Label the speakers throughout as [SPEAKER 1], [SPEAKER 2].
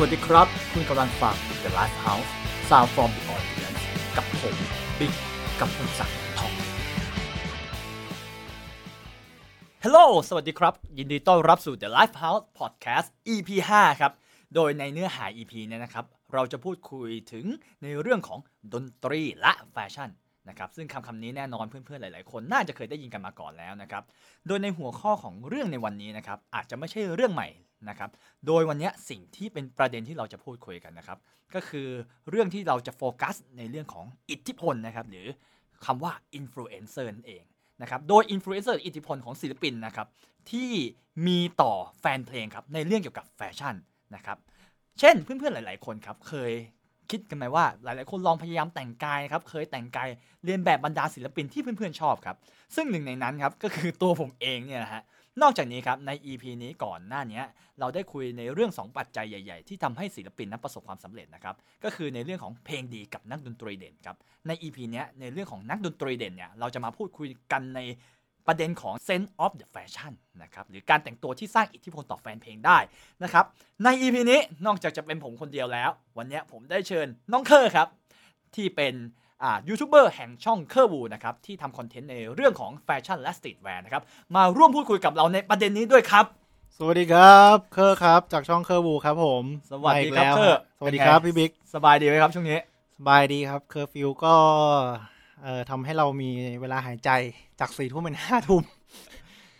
[SPEAKER 1] วัสดีครับ คุณกำลังฟัง The Last House Sound from the Audience กับผมบิ๊กกับคุณศักดิ์ทอง Hello สวัสดีครับ ยินดีต้อนรับสู่ The Life House Podcast EP 5 ครับ โดยในเนื้อหา EP เนี่ยนะครับ เราจะพูดคุยถึงในเรื่องของดนตรีและแฟชั่นนะครับซึ่งคำคำนี้แน่นอนเพื่อนๆ หลายๆ คนน่าจะเคยได้ยินกันมาก่อนแล้วนะครับ โดยในหัวข้อของเรื่องในวันนี้นะครับอาจจะไม่ใช่เรื่องใหม่นะครับ โดยวันเนี้ยสิ่งที่เป็นประเด็นที่เราจะพูดคุยกันนะครับ ก็คือเรื่องที่เราจะโฟกัสในเรื่องของอิทธิพลนะครับ หรือคำว่าอินฟลูเอนเซอร์นั่นเองนะครับโดยอินฟลูเอนเซอร์อิทธิพลของศิลปินนะครับ ที่มีต่อแฟนเพลงครับ ในเรื่องเกี่ยวกับแฟชั่นนะครับ เช่นเพื่อนๆหลาย ๆ คนครับ เคยคิดกันไหมว่าหลายๆ คนลองพยายามแต่งกายครับ เคยแต่งกายเรียนแบบบรรดาศิลปินที่เพื่อนๆชอบครับ ซึ่งหนึ่งในนั้นครับ ก็คือตัวผมเองเนี่ยนะฮะ นอกจากนี้ครับ ใน EP นี้ก่อนหน้าเนี้ย เราได้คุยในเรื่อง 2 ปัจจัยใหญ่ ๆ ที่ทำให้ศิลปินนั้นประสบความสำเร็จนะครับ ก็คือในเรื่องของเพลงดีกับนักดนตรีเด่นครับ ใน EP เนี้ยในเรื่องของนักดนตรีเด่นเนี่ยเราจะมาพูดคุยกันในประเด็นของ sense of the fashion นะครับหรือการแต่งตัวที่สร้างอิทธิพลต่อแฟนเพลงได้นะครับใน EP นี้นอกจากจะเป็นผมคนเดียวแล้ว วันเนี้ยผมได้เชิญน้องเคอร์ครับ ที่เป็นอ่ายูทูบเบอร์แห่งช่องเคอร์วูนะครับที่ทำคอนเทนต์ในเรื่องของแฟชั่นและสตรีทแวร์นะครับมาร่วมพูดคุยกับเราในประเด็นนี้ด้วยครับ
[SPEAKER 2] สวัสดีครับเคอร์ครับ จากช่องเคอร์บูครับผม
[SPEAKER 1] สวัสดีครับ
[SPEAKER 2] มา
[SPEAKER 1] เคอร์
[SPEAKER 2] กแล้วสวัสดีครับ
[SPEAKER 1] เป็นไง
[SPEAKER 2] พี่บิ๊ก
[SPEAKER 1] สบายดีไหมครับช่วงนี้
[SPEAKER 2] สบายดีครับเคอร์ฟิวก็เอ่อทำให้เรามีเวลาหายใจจากสี่ทุ่มเป็นห้าทุ่ม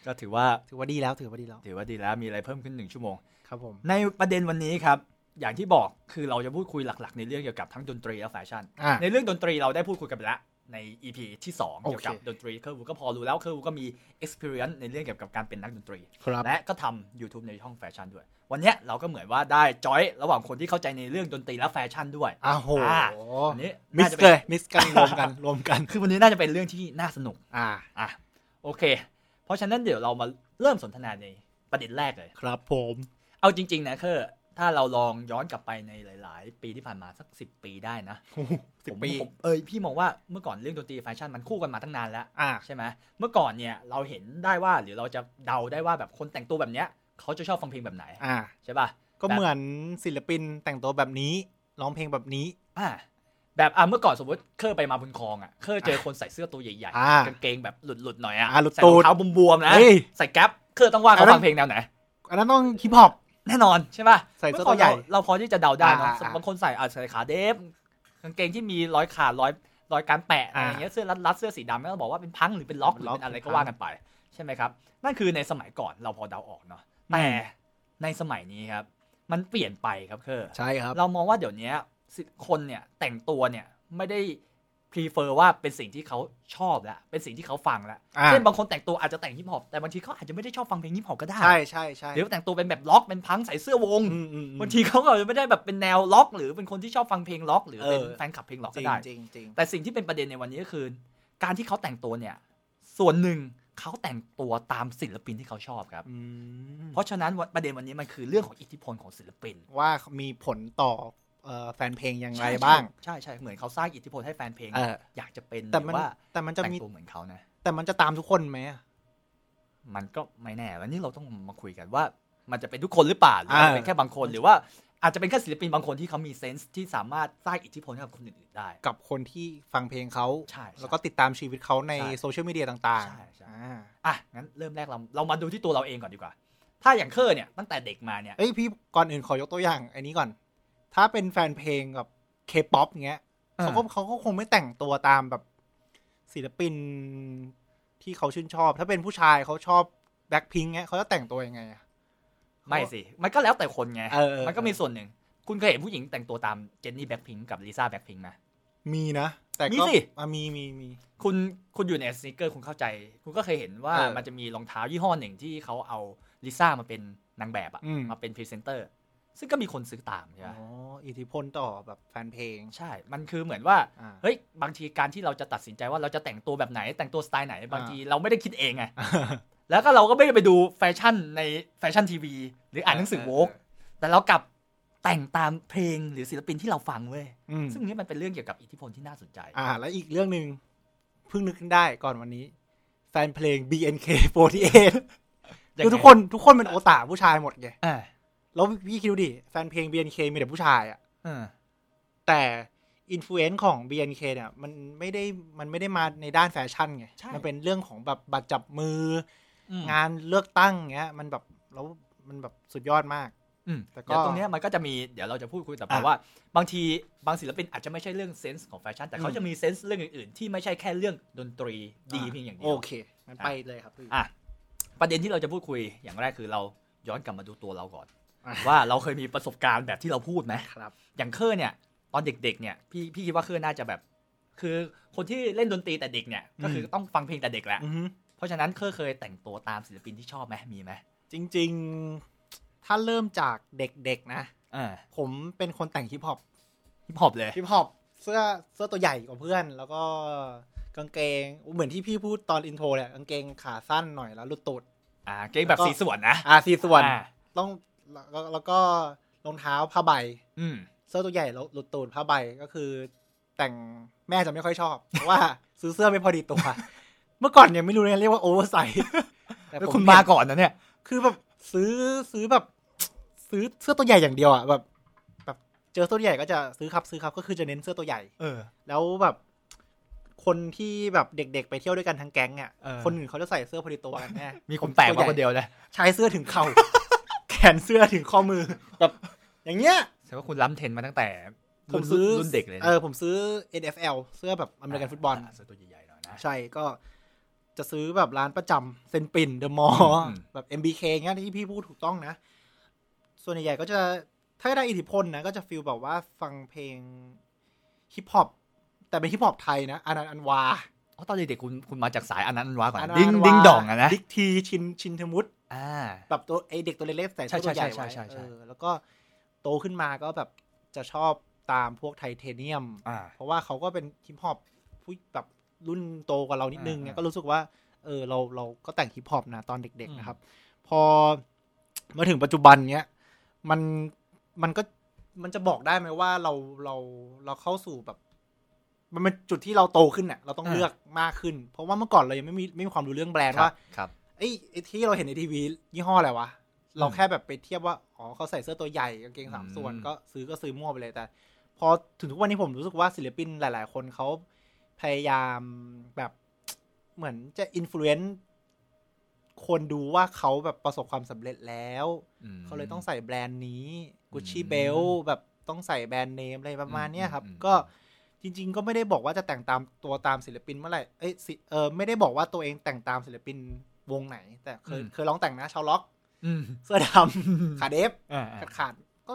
[SPEAKER 1] ก็ถือว่า
[SPEAKER 2] ถือว่าดีแล้วถือว่าดีแล้ว
[SPEAKER 1] ถือว่าดีแล้วมีอะไรเพิ่มขึ้นหนึ่งชั่วโมง
[SPEAKER 2] ครับผม
[SPEAKER 1] ในประเด็นวันนี้ครับ อย่างที่บอกคือเราจะพูดคุยหลักๆ ในเรื่องเกี่ยวกับทั้งดนตรีและแฟชั่น
[SPEAKER 2] อ่ะ
[SPEAKER 1] ในเรื่องดนตรีเราได้พูดคุยกันไปแล้วใน EP ที่ 2
[SPEAKER 2] โอเค
[SPEAKER 1] เกี่ยวกับดนตรีเคอร์วูก็พอรู้แล้วเคอร์วูก็มี experience ในเรื่องเกี่ยวกับการเป็นนักดนตรี
[SPEAKER 2] ครับ
[SPEAKER 1] และก็ทำ YouTube ในช่องแฟชั่นด้วย วันเนี้ยเราก็เหมือนว่าได้จอยระหว่างคนที่เข้าใจในเรื่องดนตรีและแฟชั่นด้วย
[SPEAKER 2] อ้าวโห
[SPEAKER 1] อันนี้
[SPEAKER 2] มิ
[SPEAKER 1] น่า
[SPEAKER 2] ส
[SPEAKER 1] จะ
[SPEAKER 2] เล
[SPEAKER 1] เป็น
[SPEAKER 2] ยมิสกันรวมกันรวมกัน
[SPEAKER 1] คือวันนี้น่าจะเป็นเรื่องที่น่าสนุก
[SPEAKER 2] อ่า
[SPEAKER 1] อ่ะโอเค เพราะฉะนั้นเดี๋ยวเรามาเริ่มสนทนาในประเด็นแรกเลย
[SPEAKER 2] ครับผม
[SPEAKER 1] เอาจริง ๆ นะเคอร์ถ้าเราลองย้อนกลับไปในหลาย ๆ ปีที่ผ่านมาสักสิบปีได้ นะ
[SPEAKER 2] สิบ
[SPEAKER 1] ผม
[SPEAKER 2] ปี
[SPEAKER 1] ผมเอ้ยพี่มองว่าเมื่อก่อนเรื่องดนตรีแฟชั่นมันคู่กันมาตั้งนานแล้ว
[SPEAKER 2] อ่า
[SPEAKER 1] ใช่ไหมเมื่อก่อนเนี่ยเราเห็นได้ว่าหรือเราจะเดาได้ว่าแบบคนแต่งตัวแบบเนี้ยเขาจะชอบฟังเพลงแบบไหน
[SPEAKER 2] อ่า
[SPEAKER 1] ใช่ป่ะ
[SPEAKER 2] ก็เหมือนศิลปินแต่งตัวแบบนี้ร้องเพลงแบบนี้
[SPEAKER 1] อ่าแบบอ่ะเมื่อก่อนสมมติเคอไปมาบุญคลองอ่ะเคอเจอคนใส่เสื้อตัวใหญ่
[SPEAKER 2] อ่า
[SPEAKER 1] ๆกางเกงแบบหลุดๆหน่อยอ่ะ
[SPEAKER 2] อ่าหลุด
[SPEAKER 1] ใส่
[SPEAKER 2] ตู
[SPEAKER 1] รอ
[SPEAKER 2] ด
[SPEAKER 1] งเท้าบวมๆนะ
[SPEAKER 2] เฮ้ย
[SPEAKER 1] ใส่แก๊ปเคอต้องว่าเขา
[SPEAKER 2] อันนั้น
[SPEAKER 1] ฟังเพลงแนวไหน
[SPEAKER 2] อันนั้นต้องฮิปฮอป
[SPEAKER 1] แน่นอนใช่ป่ะ
[SPEAKER 2] ใส่เสื้อ
[SPEAKER 1] มื่ก่น
[SPEAKER 2] ตัวใหญ่
[SPEAKER 1] ราเราพอที่จะเดาได้เนอะ
[SPEAKER 2] อ่าอ่า
[SPEAKER 1] บางคนใส่อ่ะใส่ขาเดฟกางเกงที่มีร้อยขาร้อยร้อยการแปะอะไร
[SPEAKER 2] อ่า
[SPEAKER 1] อย่างเงี้ยเสื้อรัดๆเสื้อสีดำก็บอกว่าเป็นพังหรือเป็นล็อกห
[SPEAKER 2] เป็
[SPEAKER 1] รือน
[SPEAKER 2] ล็อก
[SPEAKER 1] เป็นอะไร
[SPEAKER 2] เป็น
[SPEAKER 1] ก็
[SPEAKER 2] พัง
[SPEAKER 1] ว่ากันไป ใช่ไหมครับ นั่นคือในสมัยก่อนเราพอเดาออกเนาะแต่ในสมัยนี้ครับ มันเปลี่ยนไปครับเคอ
[SPEAKER 2] ใช่ครับ
[SPEAKER 1] เรามองว่าเดี๋ยวเนี้ยสิคนเนี่ยแต่งตัวเนี่ยไม่ได้ prefer ว่าเป็นสิ่งที่เขาชอบละเป็นสิ่งที่เขาฟังละ
[SPEAKER 2] อ่า
[SPEAKER 1] เช่นบางคนแต่งตัวอาจจะแต่งฮิปฮอปแต่บางทีเขาอาจจะไม่ได้ชอบฟังเพลงฮิปฮอปก็ได้
[SPEAKER 2] ใช่ใช่ใช่
[SPEAKER 1] หรือแต่งตัวเป็นแบบล็อกเป็นพังใส่เสื้อวง
[SPEAKER 2] อืมอืมอืม
[SPEAKER 1] บางทีเขาก็อาจจะไม่ได้แบบเป็นแนวล็อก หรือเป็นคนที่ชอบฟังเพลงล็อก หรือเป็น
[SPEAKER 2] เออ
[SPEAKER 1] แฟนคลับเพลงล็อก
[SPEAKER 2] จ
[SPEAKER 1] ก็
[SPEAKER 2] ริง
[SPEAKER 1] ได้
[SPEAKER 2] จริงจริง
[SPEAKER 1] แต่สิ่งที่เป็นประเด็นในวันนี้ก็คือ การที่เขาแต่งตัวเนี่ยส่วนหนึ่งเขาแต่งตัวตามศิลปินที่เขาชอบครับ
[SPEAKER 2] อืม
[SPEAKER 1] เพราะฉะนั้นวันประเด็นวันนี้มันคือเรื่องของอิทธิพลของศิลปิน
[SPEAKER 2] ว่ามีผลต่อเอ่อแฟนเพลงอย่างไร
[SPEAKER 1] ใช่
[SPEAKER 2] บ้าง
[SPEAKER 1] ใช่ใช่เหมือนเขาสร้างอิทธิพลให้แฟนเพลง
[SPEAKER 2] เออ
[SPEAKER 1] อยากจะเป็น
[SPEAKER 2] แต่
[SPEAKER 1] ห
[SPEAKER 2] มั
[SPEAKER 1] รือ
[SPEAKER 2] น
[SPEAKER 1] ว่า
[SPEAKER 2] แต่มันจะ
[SPEAKER 1] แต่ง
[SPEAKER 2] มี
[SPEAKER 1] ตัวเหมือนเขานะ
[SPEAKER 2] แต่มันจะตามทุกคนไหมอะ
[SPEAKER 1] มันก็ไม่แน่วันนี้เราต้องมาคุยกันว่า มันจะเป็นทุกคนหรือเปล่าหรือว่า
[SPEAKER 2] เออ
[SPEAKER 1] เป็นแค่บางคนหรือว่าอาจจะเป็นแค่ศิลปินบางคนที่เขามีเซนส์ที่สามารถสร้างอิทธิพลให้กับคนอื่นๆได้
[SPEAKER 2] กับคนที่ฟังเพลงเขา
[SPEAKER 1] ใช่ใช่
[SPEAKER 2] แล้วก็ติดตามชีวิตเขาใน
[SPEAKER 1] ใช่
[SPEAKER 2] โซเชียลมีเดียต่าง
[SPEAKER 1] ใช่ใช่
[SPEAKER 2] ๆอ่า
[SPEAKER 1] อ่ะงั้นเริ่มแรกเราเรามาดูที่ตัวเราเองก่อนดีกว่า ถ้าอย่างเคอร์เนี่ยตั้งแต่เด็กมาเนี่ย
[SPEAKER 2] เอ้ยพี่ก่อนอื่นขอยกตัวอย่างอันนี้ก่อน ถ้าเป็นแฟนเพลงกับเคป๊อปเงี้ยเขาก็เขาก็คงไม่แต่งตัวตามแบบศิลปินที่เขาชื่นชอบ ถ้าเป็นผู้ชายเขาชอบแบ็คพิงเงี้ยเขาจะแต่งตัวยังไงอะ
[SPEAKER 1] ไม่สิมันก็แล้วแต่คนไง
[SPEAKER 2] เออเออ
[SPEAKER 1] มันก็มีส่วนหนึ่ง คุณเคยเห็นผู้หญิงแต่งตัวตามเจนนี่แบ็คพิงกับลิซ่าแบ็คพิงไหม
[SPEAKER 2] มีนะ แต่
[SPEAKER 1] มี
[SPEAKER 2] ก็
[SPEAKER 1] สิ
[SPEAKER 2] อ่ะมีมีมี
[SPEAKER 1] คุณคุณอยู่ในสนิเกอร์คุณเข้าใจ คุณก็เคยเห็นว่า
[SPEAKER 2] เออ
[SPEAKER 1] มันจะมีรองเท้ายี่ห้อหนึ่งที่เขาเอาลิซ่ามาเป็นนางแบบอะ
[SPEAKER 2] อืม
[SPEAKER 1] มาเป็นพรีเซนเตอร์ ซึ่งก็มีคนซื้อตามใช่ไห
[SPEAKER 2] อ๋
[SPEAKER 1] ม
[SPEAKER 2] ออิทธิพลต่อแบบแฟนเพลง
[SPEAKER 1] ใช่ มันคือเหมือนว่า
[SPEAKER 2] อ่า
[SPEAKER 1] เฮ้ยบางทีการที่เราจะตัดสินใจว่าเราจะแต่งตัวแบบไหน แต่งตัวสไตล์ไหนบางทีเราไม่ได้คิดเองไงแล้วก็เราก็ไม่ได้ไปดูแฟชั่นในแฟชั่นทีวีหรืออ่านหนังสือโวกแต่เรากลับแต่งตามเพลงหรือศิลปินที่เราฟังเว้ย
[SPEAKER 2] อืม
[SPEAKER 1] ซึ่งเนี่ยมันเป็นเรื่องเกี่ยวกับอิทธิพลที่น่าสนใจ
[SPEAKER 2] อ่า แล้วอีกเรื่องหนึ่งเพิ่งนึกขึ้นได้ก่อนวันนี้ แฟน เพลง BNK48 คือทุกคนทุกคนเป็นโอตาผู้ชายหมดไง
[SPEAKER 1] อ่า
[SPEAKER 2] แล้วพี่คิดดูดิ แฟนเพลง BNK มีแต่ผู้ชายอะ
[SPEAKER 1] อ่า
[SPEAKER 2] แต่อินฟลูเอนซ์ของ BNK เนี่ยมันไม่ได้มันไม่ได้มาในด้านแฟชั่นไง
[SPEAKER 1] ใช่
[SPEAKER 2] มันเป็นเรื่องของแบบบัตรจับมือ
[SPEAKER 1] อืม
[SPEAKER 2] งานเลือกตั้งเงี้ย มันแบบแล้วมันแบบสุดยอดมาก
[SPEAKER 1] อืม
[SPEAKER 2] แต่ก็
[SPEAKER 1] เดี๋ยวตรงเนี้ยมันก็จะมีเดี๋ยวเราจะพูดคุยแต่แบบ
[SPEAKER 2] อ่ะ
[SPEAKER 1] ว่า บางทีบางศิลปินอาจจะไม่ใช่เรื่องเซนส์ของแฟชั่นแต่เขา
[SPEAKER 2] อืม
[SPEAKER 1] จะมีเซนส์เรื่องอื่นๆ ที่ไม่ใช่แค่เรื่องดนตรีดีเพียงอย่างเดี
[SPEAKER 2] โอ
[SPEAKER 1] ยว
[SPEAKER 2] เคงั้นไปเลยครับพี่
[SPEAKER 1] อ่ะประเด็นที่เราจะพูดคุยอย่างแรกคือเราย้อนกลับมาดูตัวเราก่อน
[SPEAKER 2] อ่ะ
[SPEAKER 1] ว่าเราเคยมีประสบการณ์แบบที่เราพูดไหม
[SPEAKER 2] ครับ
[SPEAKER 1] อย่างเคอร์เนี่ย ตอนเด็กๆเนี่ยพี่พี่คิดว่าเคอร์น่าจะแบบ คือคนที่เล่นดนตรีแต่เด็กเนี่ย
[SPEAKER 2] อืม
[SPEAKER 1] ก็คือต้องฟังเพลงแต่เด็กแหละ
[SPEAKER 2] อือฮึ
[SPEAKER 1] เพราะฉะนั้นเคอร์เคยแต่งตัวตามศิลปินที่ชอบไหมมีไหม
[SPEAKER 2] จริง ๆ ถ้าเริ่มจากเด็กๆนะ
[SPEAKER 1] อ่า
[SPEAKER 2] ผมเป็นคนแต่งฮิปฮอป
[SPEAKER 1] ฮิปฮอปเลย
[SPEAKER 2] ฮิปฮอปเสื้อเสื้อตัวใหญ่กว่าเพื่อน แล้วก็กางเกงเหมือนที่พี่พูดตอนอินโทรเนี่ยกางเกงขาสั้นหน่อยแล้วหลุดตูด
[SPEAKER 1] อ่าเกงแบบ
[SPEAKER 2] แล้วก็
[SPEAKER 1] สีส่วนนะ
[SPEAKER 2] อ่าสีส่วน
[SPEAKER 1] อ่า
[SPEAKER 2] ต้องแล้วแล้วก็รองเท้าผ้าใบ
[SPEAKER 1] อืม
[SPEAKER 2] เสื้อตัวใหญ่แล้วหลุดตูดผ้าใบก็คือ แต่งแม่จะไม่ค่อยชอบ เพราะว่าซื้อเสื้อไม่พอดีตัว เมื่อก่อนเนี่ยไม่รู้เลยเรียกว่าโอเวอร์ไซส์แต่
[SPEAKER 1] แล้ว
[SPEAKER 2] ผ
[SPEAKER 1] คุณ
[SPEAKER 2] เปลี่
[SPEAKER 1] มาย
[SPEAKER 2] น
[SPEAKER 1] ก่อนนะเนี่ย
[SPEAKER 2] คือแบบซื้อซื้อแบบ ซื้อเสื้อตัวใหญ่อย่างเดียวอ่ะแบบ แบบเจอเสื้อตัวใหญ่ก็จะซื้อครับซื้อครับก็คือจะเน้นเสื้อตัวใหญ่
[SPEAKER 1] เออ
[SPEAKER 2] แล้วแบบคนที่แบบเด็กๆ ไปเที่ยวด้วยกันทั้งแก๊งอ่ะ
[SPEAKER 1] เออ
[SPEAKER 2] คนอื่นเขาจะใส่เสื้อพอดีตัวกันแน่
[SPEAKER 1] มีคนแปลกมาคนเดียวเลย
[SPEAKER 2] ใช้เสื้อถึงเข่า แขนเสื้อถึงข้อมือ แบบ อย่างเงี้ย
[SPEAKER 1] แสดงว่าคุณล้ำเทรนด์มาตั้งแต่
[SPEAKER 2] ผ
[SPEAKER 1] รุ่
[SPEAKER 2] ม
[SPEAKER 1] น
[SPEAKER 2] ซื้อ
[SPEAKER 1] รุ่นเด็กเลยนะ
[SPEAKER 2] เออผมซื้อ NFL เสื้อแบบอเมริกันฟุตบอล
[SPEAKER 1] าเสื้อตัวใหญ่ๆหน่อยนะ
[SPEAKER 2] ใช่ก็จะซื้อแบบร้านประจำเซนปินเดอะมอล
[SPEAKER 1] อืม
[SPEAKER 2] แบบ MBK เงี้ยที่พี่พูดถูกต้องนะ ส่วนใหญ่ๆก็จะถ้าได้อิทธิพลนะ ก็จะฟิลแบบว่าฟังเพลงฮิปฮอปแต่เป็นฮิปฮอปไทยนะอนันต์อันวา
[SPEAKER 1] อ๋อตอนเด็กๆคุณคุณมาจากสายอนันต์อันวาก่อน
[SPEAKER 2] อัน
[SPEAKER 1] ดิ้ง
[SPEAKER 2] นั้น
[SPEAKER 1] ดิ้ง
[SPEAKER 2] ว่า
[SPEAKER 1] ดองอะนะ
[SPEAKER 2] ดิกทีชินชินเทมุต
[SPEAKER 1] อ่า
[SPEAKER 2] แบบตัวไอเด็กตัวเล็กๆใส่เสื้อ
[SPEAKER 1] ใช่ใช่
[SPEAKER 2] ตัวใหญ่
[SPEAKER 1] ใช่
[SPEAKER 2] ไว้
[SPEAKER 1] ใช่ใช่
[SPEAKER 2] เออแล้วก็โตขึ้นมาก็แบบจะชอบตามพวกไทเทเนียม
[SPEAKER 1] อ่า
[SPEAKER 2] เพราะว่าเขาก็เป็นฮิปฮอปผู้แบบรุ่นโตกว่าเรานิดนึง
[SPEAKER 1] อ่า
[SPEAKER 2] เนี่ย
[SPEAKER 1] อ่า
[SPEAKER 2] ก็รู้สึกว่า เออเราเราก็แต่งฮิปฮอปนะตอนเด็ก
[SPEAKER 1] อืม
[SPEAKER 2] ๆนะครับ พอมาถึงปัจจุบันเนี้ยมันมันก็มันจะบอกได้ไหมว่าเราเราเราเข้าสู่แบบ มันเป็นจุดที่เราโตขึ้นเน่ะเราต้องเลือกมากขึ้น เพราะว่าเมื่อก่อนเรายังไม่มีไม่มีความรู้เรื่องแบรนด์ว่า
[SPEAKER 1] ครับ
[SPEAKER 2] ไอ้ไอ้ที่เราเห็นในทีวียี่ห้ออะไรวะ เราแค่แบบไปเทียบว่า อ๋อเขาใส่เสื้อตัวใหญ่กางเกงสาม
[SPEAKER 1] อืม
[SPEAKER 2] ส่วนก็ซื้อก็ซื้อมั่วไปเลยแต่ พอถึงทุกวันนี้ผมรู้สึกว่าศิลปินหลาย ๆ คนเขาพยายามแบบ เหมือนจะอิมโฟเอนซ์คนดูว่าเขาแบบประสบความสำเร็จแล้ว
[SPEAKER 1] อืม
[SPEAKER 2] เขาเลยต้องใส่แบรนด์นี้กุชชี่
[SPEAKER 1] อืม
[SPEAKER 2] เบลแบบต้องใส่แบรนด์เนมอะไรประมาณเนี้ยครับ
[SPEAKER 1] อืมอืม
[SPEAKER 2] ก็จริง ๆ ก็ไม่ได้บอกว่าจะแต่งตามตัวตามศิลปินเมื่อไหร่เอ้ยศิเออไม่ได้บอกว่าตัวเองแต่งตามศิลปินวงไหน แต่เคยเคยลองแต่งนะชาวล็อก
[SPEAKER 1] อืม
[SPEAKER 2] เสื้อด ำ ขาเดฟ
[SPEAKER 1] อ่า
[SPEAKER 2] ขาดขาดก็